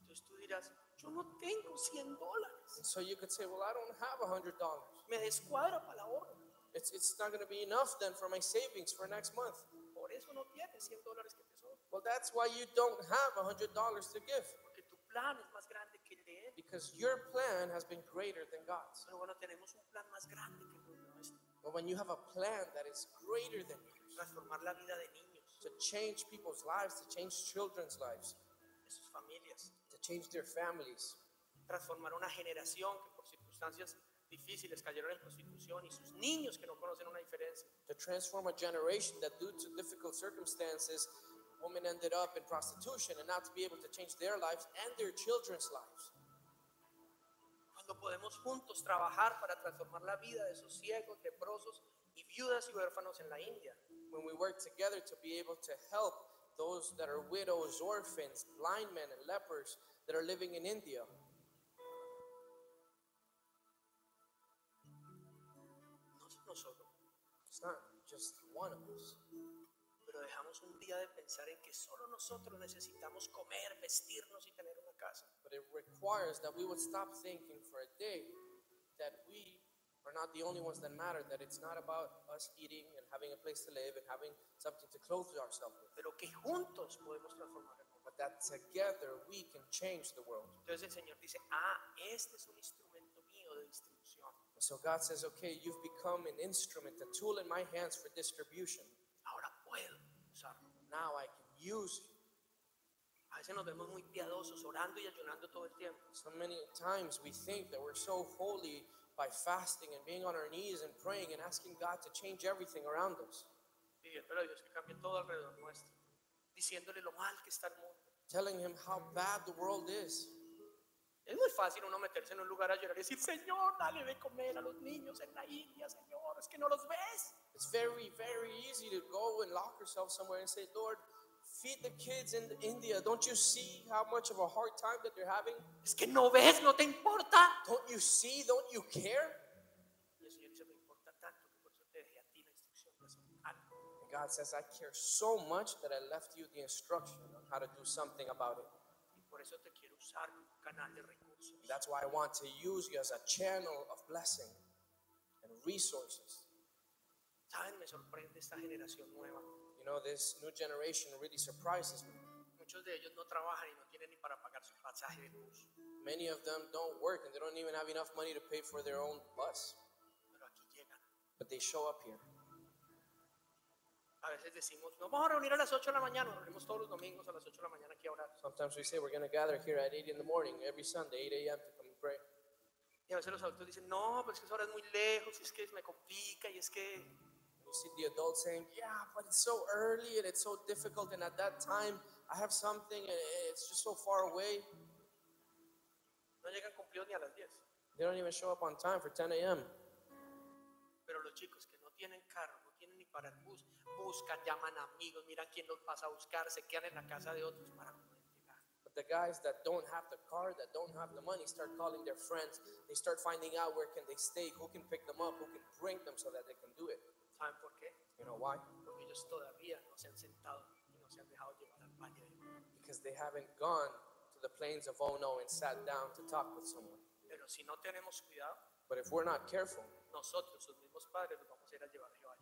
B: Entonces tú dirás, yo no tengo 100 dólares.
C: And so you could say, Well, I don't have a hundred dollars.
B: Me descuadra para la ahorro.
C: It's it's not gonna be enough then for my savings for next month.
B: Por eso no tienes 100 dólares que te sobran.
C: Well, that's why you don't have a hundred dollars to give.
B: Porque tu plan es más grande que el de él.
C: Because your plan has been greater than God's.
B: Pero bueno, tenemos un plan más grande que el nuestro.
C: But when you have a plan that is greater than yours,
B: Transformar la vida de niños,
C: to change people's lives, to change children's lives,
B: de sus familias.
C: to change their families,
B: Transformar una generación que por circunstancias difíciles cayeron en prostitución y sus niños que no conocen una diferencia.
C: to transform a generation that due to difficult circumstances women ended up in prostitution and not to be able to change their lives and their children's lives
B: Cuando podemos juntos trabajar para transformar la vida de esos ciegos, leprosos y viudas y huérfanos en la India.
C: when we work together to be able to help those that are widows orphans blind men and lepers that are living in india
B: No nosotros.
C: it's not just one of us
B: pero dejamos un día de pensar en que solo nosotros necesitamos comer, vestirnos y tener una casa.
C: but it requires that we would stop thinking for a day that we are not the only ones that matter that it's not about us eating and having a place to live and having something to clothe ourselves with
B: Pero que juntos podemos transformar el mundo.
C: but that together we can change the world.
B: Entonces el Señor dice, ah, este es un instrumento mío de distribución.
C: And so God says, okay, you've become an instrument, a tool in my hands for distribution.
B: Ahora puedo usarlo.
C: Now I can use you.
B: A veces nos vemos muy piadosos, orando y ayunando todo el tiempo.
C: So many times we think that we're so holy by fasting and being on our knees and praying and asking God to change everything around us,
B: Pidiendo a Dios que cambie todo alrededor nuestro. Diciéndole lo mal que está el mundo.
C: telling Him how bad the world is.
B: Es muy fácil uno meterse en un lugar a llorar y decir, Señor, dale de comer a los niños en la India, Señor, es que no los ves.
C: It's very, very easy to go and lock yourself somewhere and say, Lord, feed the kids in India. Don't you see how much of a hard time that they're having?
B: Es que no ves, no te importa.
C: Don't you see? Don't you care?
B: Y el Señor dice, me importa tanto que por eso te dejé a ti la instrucción de hacer algo.
C: And God says, I care so much that I left you the instruction on how to do something about it.
B: Y por eso te quiero usar como un canal de recursos.
C: That's why I want to use you as a channel of blessing and resources.
B: ¿Saben? Me sorprende esta generación nueva.
C: You know, this new generation really surprises me.
B: Muchos de ellos no trabajan y no tienen ni para pagar su pasaje de bus.
C: Many of them don't work and they don't even have enough money to pay for their own bus,
B: Pero aquí llegan
C: but they show up here
B: veces decimos, nos vamos a reunir a las 8 de la mañana, nos reunimos todos los domingos a las 8 de la mañana aquí a orar.
C: Sometimes we say we're going to gather here at 8 in the morning every Sunday, 8 a.m. to come and pray.
B: Y a veces los adultos dicen, no, pues es que esa hora es muy lejos, es que me complica y es que...
C: You see the adult saying, Yeah, but it's so early and it's so difficult. And at that time, I have something and it's just so far away.
B: No llegan cumplidos ni a las 10.
C: They don't even show up on time for 10 a.m.
B: Pero los chicos que no tienen carro, no tienen ni para el bus, buscan, llaman a amigos, miran quién los pasa a buscar, se quedan en la casa de otros para poder llegar.
C: But the guys that don't have the car, that don't have the money, start calling their friends. They start finding out where can they stay, who can pick them up, who can bring them so that they can do it.
B: ¿Saben por qué?
C: You know why?
B: Porque ellos todavía no se han sentado y no se han dejado llevar al baño. de Dios.
C: Because they haven't gone to the plains of Ono and sat down to talk with someone.
B: Pero si no tenemos cuidado,
C: But if we're not careful,
B: nosotros, sus mismos padres, los vamos a ir a llevar a Jehová.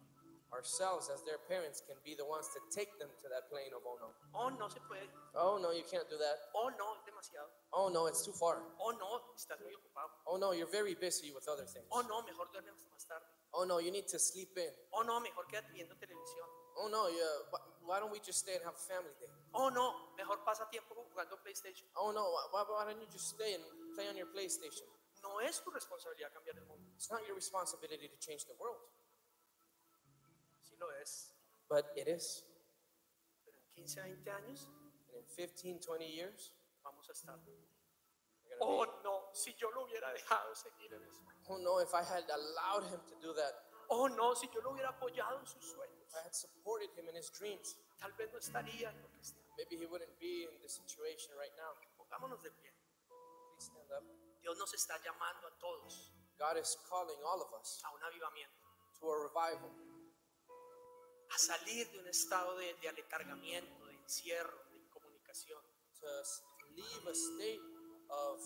C: ourselves as their parents can be the ones to take them to that plain of Ono.
B: O no se puede,
C: Oh no, you can't do that.
B: o no es demasiado,
C: Oh no, it's too far.
B: o no estás muy ocupado,
C: Oh no, you're very busy with other things.
B: o no mejor duerme hasta más tarde,
C: Oh no, you need to sleep in.
B: o no mejor quédate viendo televisión,
C: Oh no, yeah, wh- why don't we just stay and have a family day?
B: o no mejor pasa tiempo jugando PlayStation.
C: Oh no, wh- why, why don't you just stay and play on your PlayStation?
B: No es tu responsabilidad cambiar el mundo,
C: It's not your responsibility to change the world,
B: sí lo es,
C: but it is.
B: pero en 15, 20 años
C: And in 15, 20 years,
B: vamos a estar.
C: you're gonna
B: Oh
C: be,
B: no, si yo lo hubiera dejado seguir en eso.
C: oh no, if I had allowed him to do that,
B: Oh no, si yo lo hubiera apoyado en sus sueños,
C: if I had supported him in his dreams,
B: tal vez no estaría en lo que está.
C: maybe he wouldn't be in this situation right now.
B: Pongámonos de pie.
C: Please stand up.
B: Dios nos está llamando a todos
C: God is calling all of us
B: a un avivamiento,
C: to a revival,
B: a salir de un estado de, de aletargamiento, de encierro, de incomunicación,
C: to s- leave a state of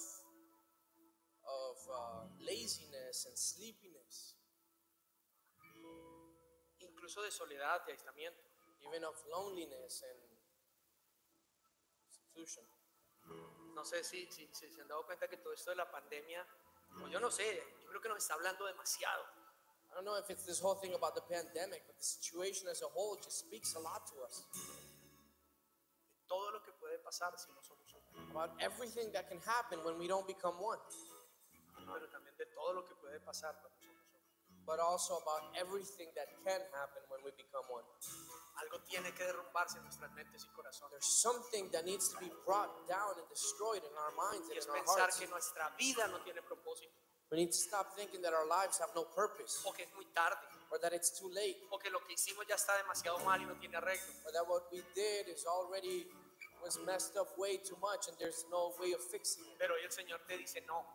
C: of uh, laziness and sleepiness,
B: incluso de soledad, de aislamiento.
C: even of loneliness and seclusion.
B: No sé si, si- si se han dado cuenta que todo esto de la pandemia, o yo no sé, yo creo que nos está hablando demasiado.
C: I don't know if it's this whole thing about the pandemic, but the situation as a whole just speaks a lot to us
B: de Todo lo que puede pasar si no somos uno,
C: about everything that can happen when we don't become one,
B: pero también de todo lo que puede pasar cuando somos uno.
C: but also about everything that can happen when we become one.
B: Algo tiene que derrumbarse en nuestras mentes y corazones.
C: There's something that needs to be brought down and destroyed in our minds
B: Y
C: and
B: es
C: in our
B: pensar
C: hearts.
B: que nuestra vida no tiene propósito,
C: We need to stop thinking that our lives have no purpose,
B: o que es muy tarde,
C: or that it's too late,
B: o que lo que hicimos ya está demasiado mal y no tiene arreglo.
C: or that what we did is already was messed up way too much and there's no way of fixing it.
B: Pero hoy el Señor te dice no.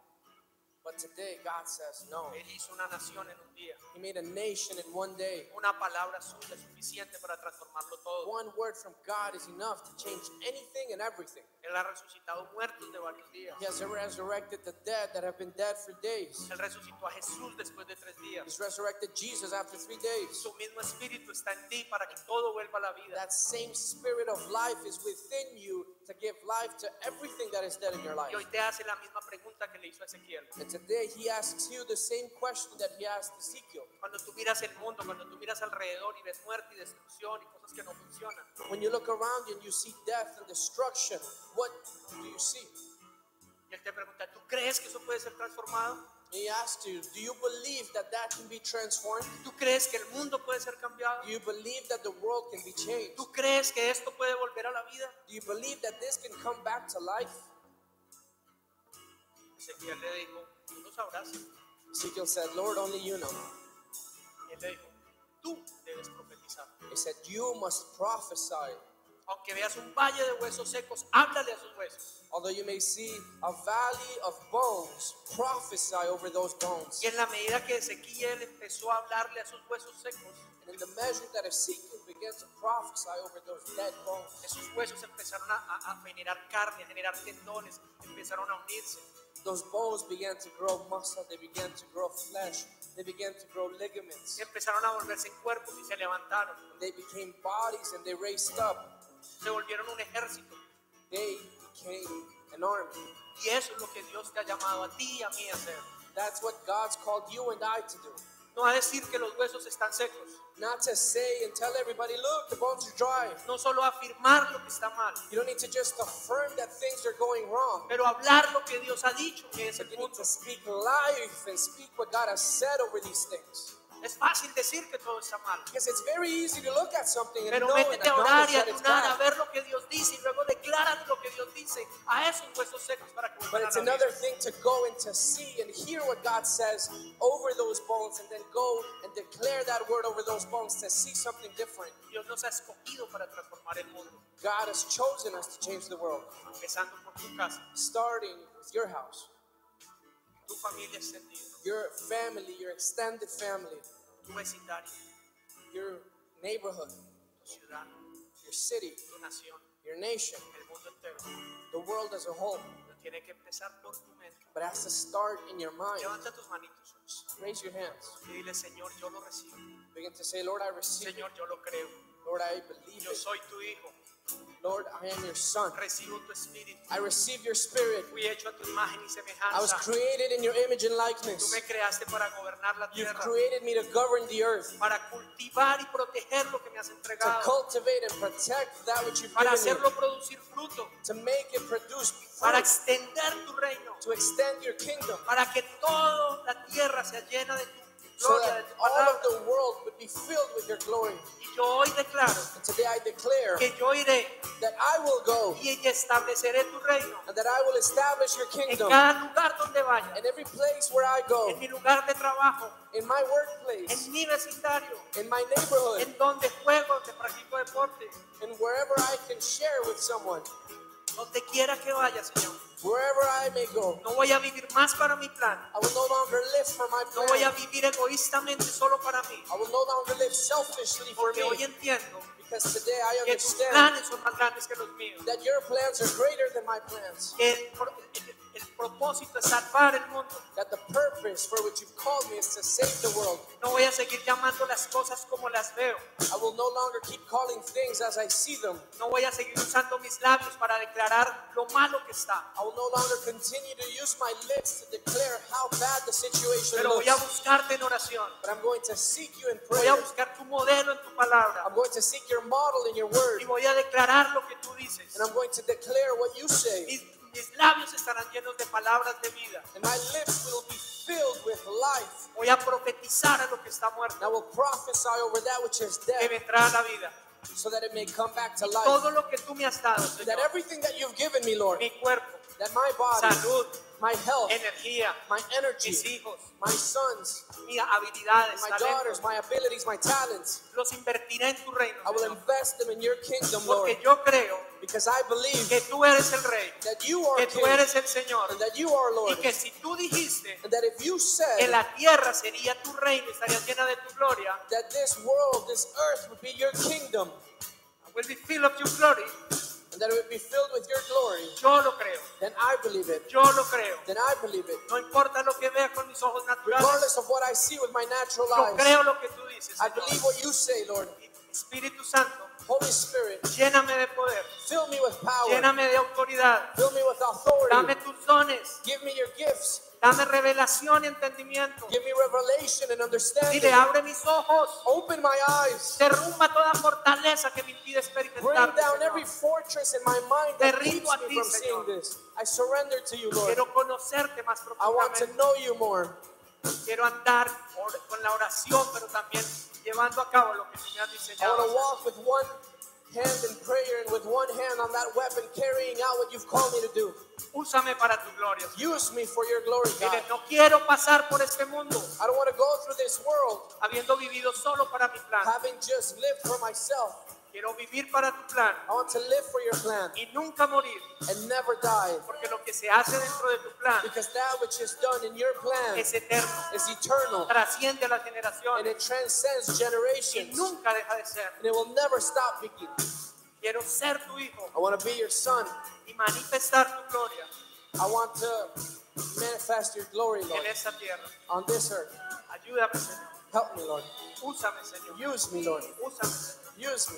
C: But today, God says no.
B: Él hizo una nación en un día.
C: He made a nation in one day.
B: Una palabra suya es suficiente para transformarlo todo.
C: One word from God is enough to change anything and everything.
B: Él ha resucitado muertos de varios días.
C: He has resurrected the dead that have been dead for days.
B: Él resucitó a Jesús después de tres días.
C: He's resurrected Jesus after three days.
B: Su mismo espíritu está en ti para que todo vuelva a la vida.
C: That same spirit of life is within you to give life to everything that is dead in your life.
B: Y hoy te hace la misma pregunta que le hizo a Ezequiel.
C: And today he asks you the same question that he asked Ezekiel.
B: Cuando tú miras el mundo, cuando tú miras alrededor y ves muerte y destrucción y cosas que no funcionan,
C: When you look around you and you see death and destruction, what do you see?
B: y él te pregunta, ¿tú crees que eso puede ser transformado?
C: He asks you, do you believe that that can be transformed?
B: ¿Tú crees que el mundo puede ser cambiado?
C: Do you believe that the world can be changed?
B: ¿Tú crees que esto puede volver a la vida?
C: Do you believe that this can come back to life?
B: Ezequiel le dijo, tú lo sabrás. Y
C: Ezekiel said, Lord, only you know.
B: él le dijo, tú debes profetizar.
C: He said, you must prophesy.
B: Aunque veas un valle de huesos secos, háblale a sus huesos.
C: Although you may see a valley of bones, prophesy over those bones.
B: Y en la medida que Ezequiel empezó a hablarle a sus huesos secos,
C: And in the measure that Ezekiel began to prophesy over those dead bones,
B: esos huesos empezaron a, a- a generar carne, a generar tendones, empezaron a unirse.
C: Those bones began to grow muscle, they began to grow flesh, they began to grow ligaments.
B: Y empezaron a volverse en cuerpos y se levantaron.
C: They became bodies and they raised up.
B: Se volvieron un ejército.
C: They became an army.
B: Y eso es lo que Dios te ha llamado a ti y a mí a hacer.
C: That's what God's called you and I to do.
B: no a decir que los huesos están secos,
C: Not to say and tell everybody, look, the bones are dry.
B: no solo afirmar lo que está mal,
C: You don't need to just affirm that things are going wrong.
B: pero hablar lo que Dios ha dicho, que es el
C: But you need
B: punto.
C: to speak life and speak what God has said over these things.
B: Es fácil decir que todo está mal,
C: Because it's very easy to look at something and
B: pero
C: know and
B: métete a orar
C: acknowledge
B: y
C: that
B: a
C: it's
B: ayunar, a
C: bad.
B: ver lo que Dios dice y luego declarar lo que Dios dice a esos huesos secos para que
C: But
B: vuelvan
C: it's
B: a
C: another
B: vivir.
C: thing to go and to see and hear what God says over those bones and then go and declare that word over those bones to see something different.
B: Dios nos ha escogido para transformar el mundo,
C: God has chosen us to change the world,
B: empezando por tu casa,
C: starting with your house,
B: tu familia extendida,
C: your family, your extended family,
B: tu vecindario,
C: your neighborhood,
B: tu ciudad,
C: your city,
B: tu nación,
C: your nation,
B: el mundo entero.
C: the world as a whole.
B: Pero tiene que empezar por tu mente.
C: But it has to start in your mind.
B: Levanta tus manitos
C: Raise your hands.
B: y dile, Señor, yo lo recibo.
C: Begin to say, Lord, I receive it.
B: Señor, yo lo creo.
C: Lord, I believe
B: Yo
C: it.
B: soy tu hijo.
C: Lord, I am your son.
B: Recibo tu espíritu.
C: I receive your spirit.
B: Fui hecho a tu imagen y
C: I was
B: semejanza.
C: created in your image and
B: Tú
C: likeness.
B: me creaste para gobernar la
C: You've
B: tierra,
C: created me to govern the earth,
B: para cultivar y proteger lo que me has
C: to
B: entregado,
C: cultivate and protect that which you've
B: para
C: given me,
B: hacerlo producir fruto,
C: to make it produce
B: para
C: fruit,
B: extender tu reino,
C: to extend your kingdom,
B: para que toda la tierra sea llena de tu
C: so
B: gloria, de
C: that
B: tu
C: all
B: palabra.
C: of the world would be filled with your glory.
B: Y yo hoy declaro
C: And today I declare
B: que yo iré
C: that I will go
B: y estableceré tu reino
C: and that I will establish your
B: en
C: kingdom
B: cada lugar donde vaya.
C: in every place where I go,
B: en mi lugar de trabajo,
C: in my
B: en
C: workplace,
B: mi vecindario,
C: in my neighborhood,
B: en donde juego, donde practico deporte,
C: and wherever I can share with someone,
B: donde quiera que vaya, Señor.
C: wherever I may go.
B: No voy a vivir más para mi plan,
C: I will no longer live for my
B: no voy a
C: plan.
B: vivir egoístamente solo para mí,
C: I will no longer live selfishly for
B: porque hoy
C: me
B: entiendo
C: because today I
B: que tus
C: understand
B: planes son más grandes que los míos,
C: that your plans are greater than my plans.
B: que el, pro- el- el propósito es salvar el mundo.
C: That the purpose for which you've called me is to save the world.
B: No voy a seguir llamando las cosas como las veo,
C: I will no longer keep calling things as I see them.
B: no voy a seguir usando mis labios para declarar lo malo que está,
C: I will no longer continue to use my lips to declare how bad the situation
B: pero voy a
C: looks.
B: buscarte en oración,
C: But I'm going to seek you in
B: voy a
C: prayer.
B: buscar tu modelo en tu palabra.
C: I'm going to seek your model in your word.
B: y voy a declarar lo que tú dices.
C: And I'm going to declare what you say.
B: Mis, mis labios estarán llenos de palabras de vida.
C: And my lips will be filled with life.
B: Voy a profetizar a lo que está muerto,
C: And I will prophesy over that which is
B: que
C: dead,
B: vendrá a la vida.
C: so that it may come back to life.
B: Todo lo que tú me has dado,
C: That
B: Señor,
C: everything that you've given me, Lord,
B: mi cuerpo,
C: that my body,
B: salud,
C: my health,
B: energía,
C: my energy,
B: mis hijos,
C: my sons,
B: mis habilidades,
C: my daughters,
B: talentos,
C: my abilities, my talents,
B: los invertiré en tu reino,
C: I will
B: Señor.
C: invest them in your kingdom, Lord,
B: porque yo creo
C: because I believe
B: que tú eres el Rey,
C: that you are
B: que
C: King
B: tú eres el Señor,
C: and that you are
B: y
C: Lord,
B: que si tú dijiste
C: and that if you
B: que
C: said
B: la tierra sería tu reino, y estaría llena de tu gloria,
C: that this world, this earth would be your kingdom,
B: I will be filled of your glory,
C: and that it would be filled with your glory,
B: yo lo creo.
C: then I believe it.
B: Yo lo creo.
C: Then I believe it.
B: No importa lo que vea con mis ojos naturales.
C: Regardless of what I see with my natural
B: Yo
C: eyes,
B: creo lo que tú dices.
C: I
B: Señor.
C: believe what you say, Lord.
B: Espíritu Santo,
C: Holy Spirit,
B: lléname de poder,
C: fill me with power,
B: lléname de autoridad.
C: fill me with
B: Dame
C: authority,
B: tus dones,
C: give me your gifts,
B: dame revelación y entendimiento.
C: give me revelation and
B: Dile,
C: understanding.
B: abre mis ojos,
C: Open my eyes,
B: derrumba toda fortaleza que me impide
C: bring
B: experimentar.
C: down every fortress in my mind that
B: Te rindo
C: keeps
B: a
C: me
B: ti,
C: from seeing
B: Señor.
C: this. I surrender to you, Lord.
B: Quiero conocerte más
C: I want to
B: profundamente.
C: know you more.
B: Quiero andar or- con la oración, pero también llevando a cabo lo que tú me has
C: I want to
B: diseñado.
C: walk with one hand in prayer and with one hand on that weapon, carrying out what you've called me to do.
B: Úsame para tu gloria. Señor.
C: Use me for your glory, God.
B: Dile, no quiero pasar por este mundo
C: I don't want to go through this world
B: habiendo vivido solo para mi plan.
C: having just lived for myself.
B: Quiero vivir para tu plan
C: I want to live for your plan
B: y nunca morir,
C: and never die.
B: porque lo que se hace dentro de tu plan
C: Because that which is done in your plan
B: es eterno,
C: is eternal
B: trasciende las
C: and it
B: generaciones
C: transcends
B: y
C: generations and
B: nunca deja de ser.
C: it will never stop being.
B: Quiero ser tu hijo
C: I want to be your son.
B: y manifestar tu gloria
C: I want to manifest your glory, Lord,
B: en esta tierra.
C: on this earth.
B: Ayúdame, Señor.
C: Help me, Lord.
B: Úsame, Señor.
C: Use me, Lord.
B: Úsame, Señor.
C: Use me.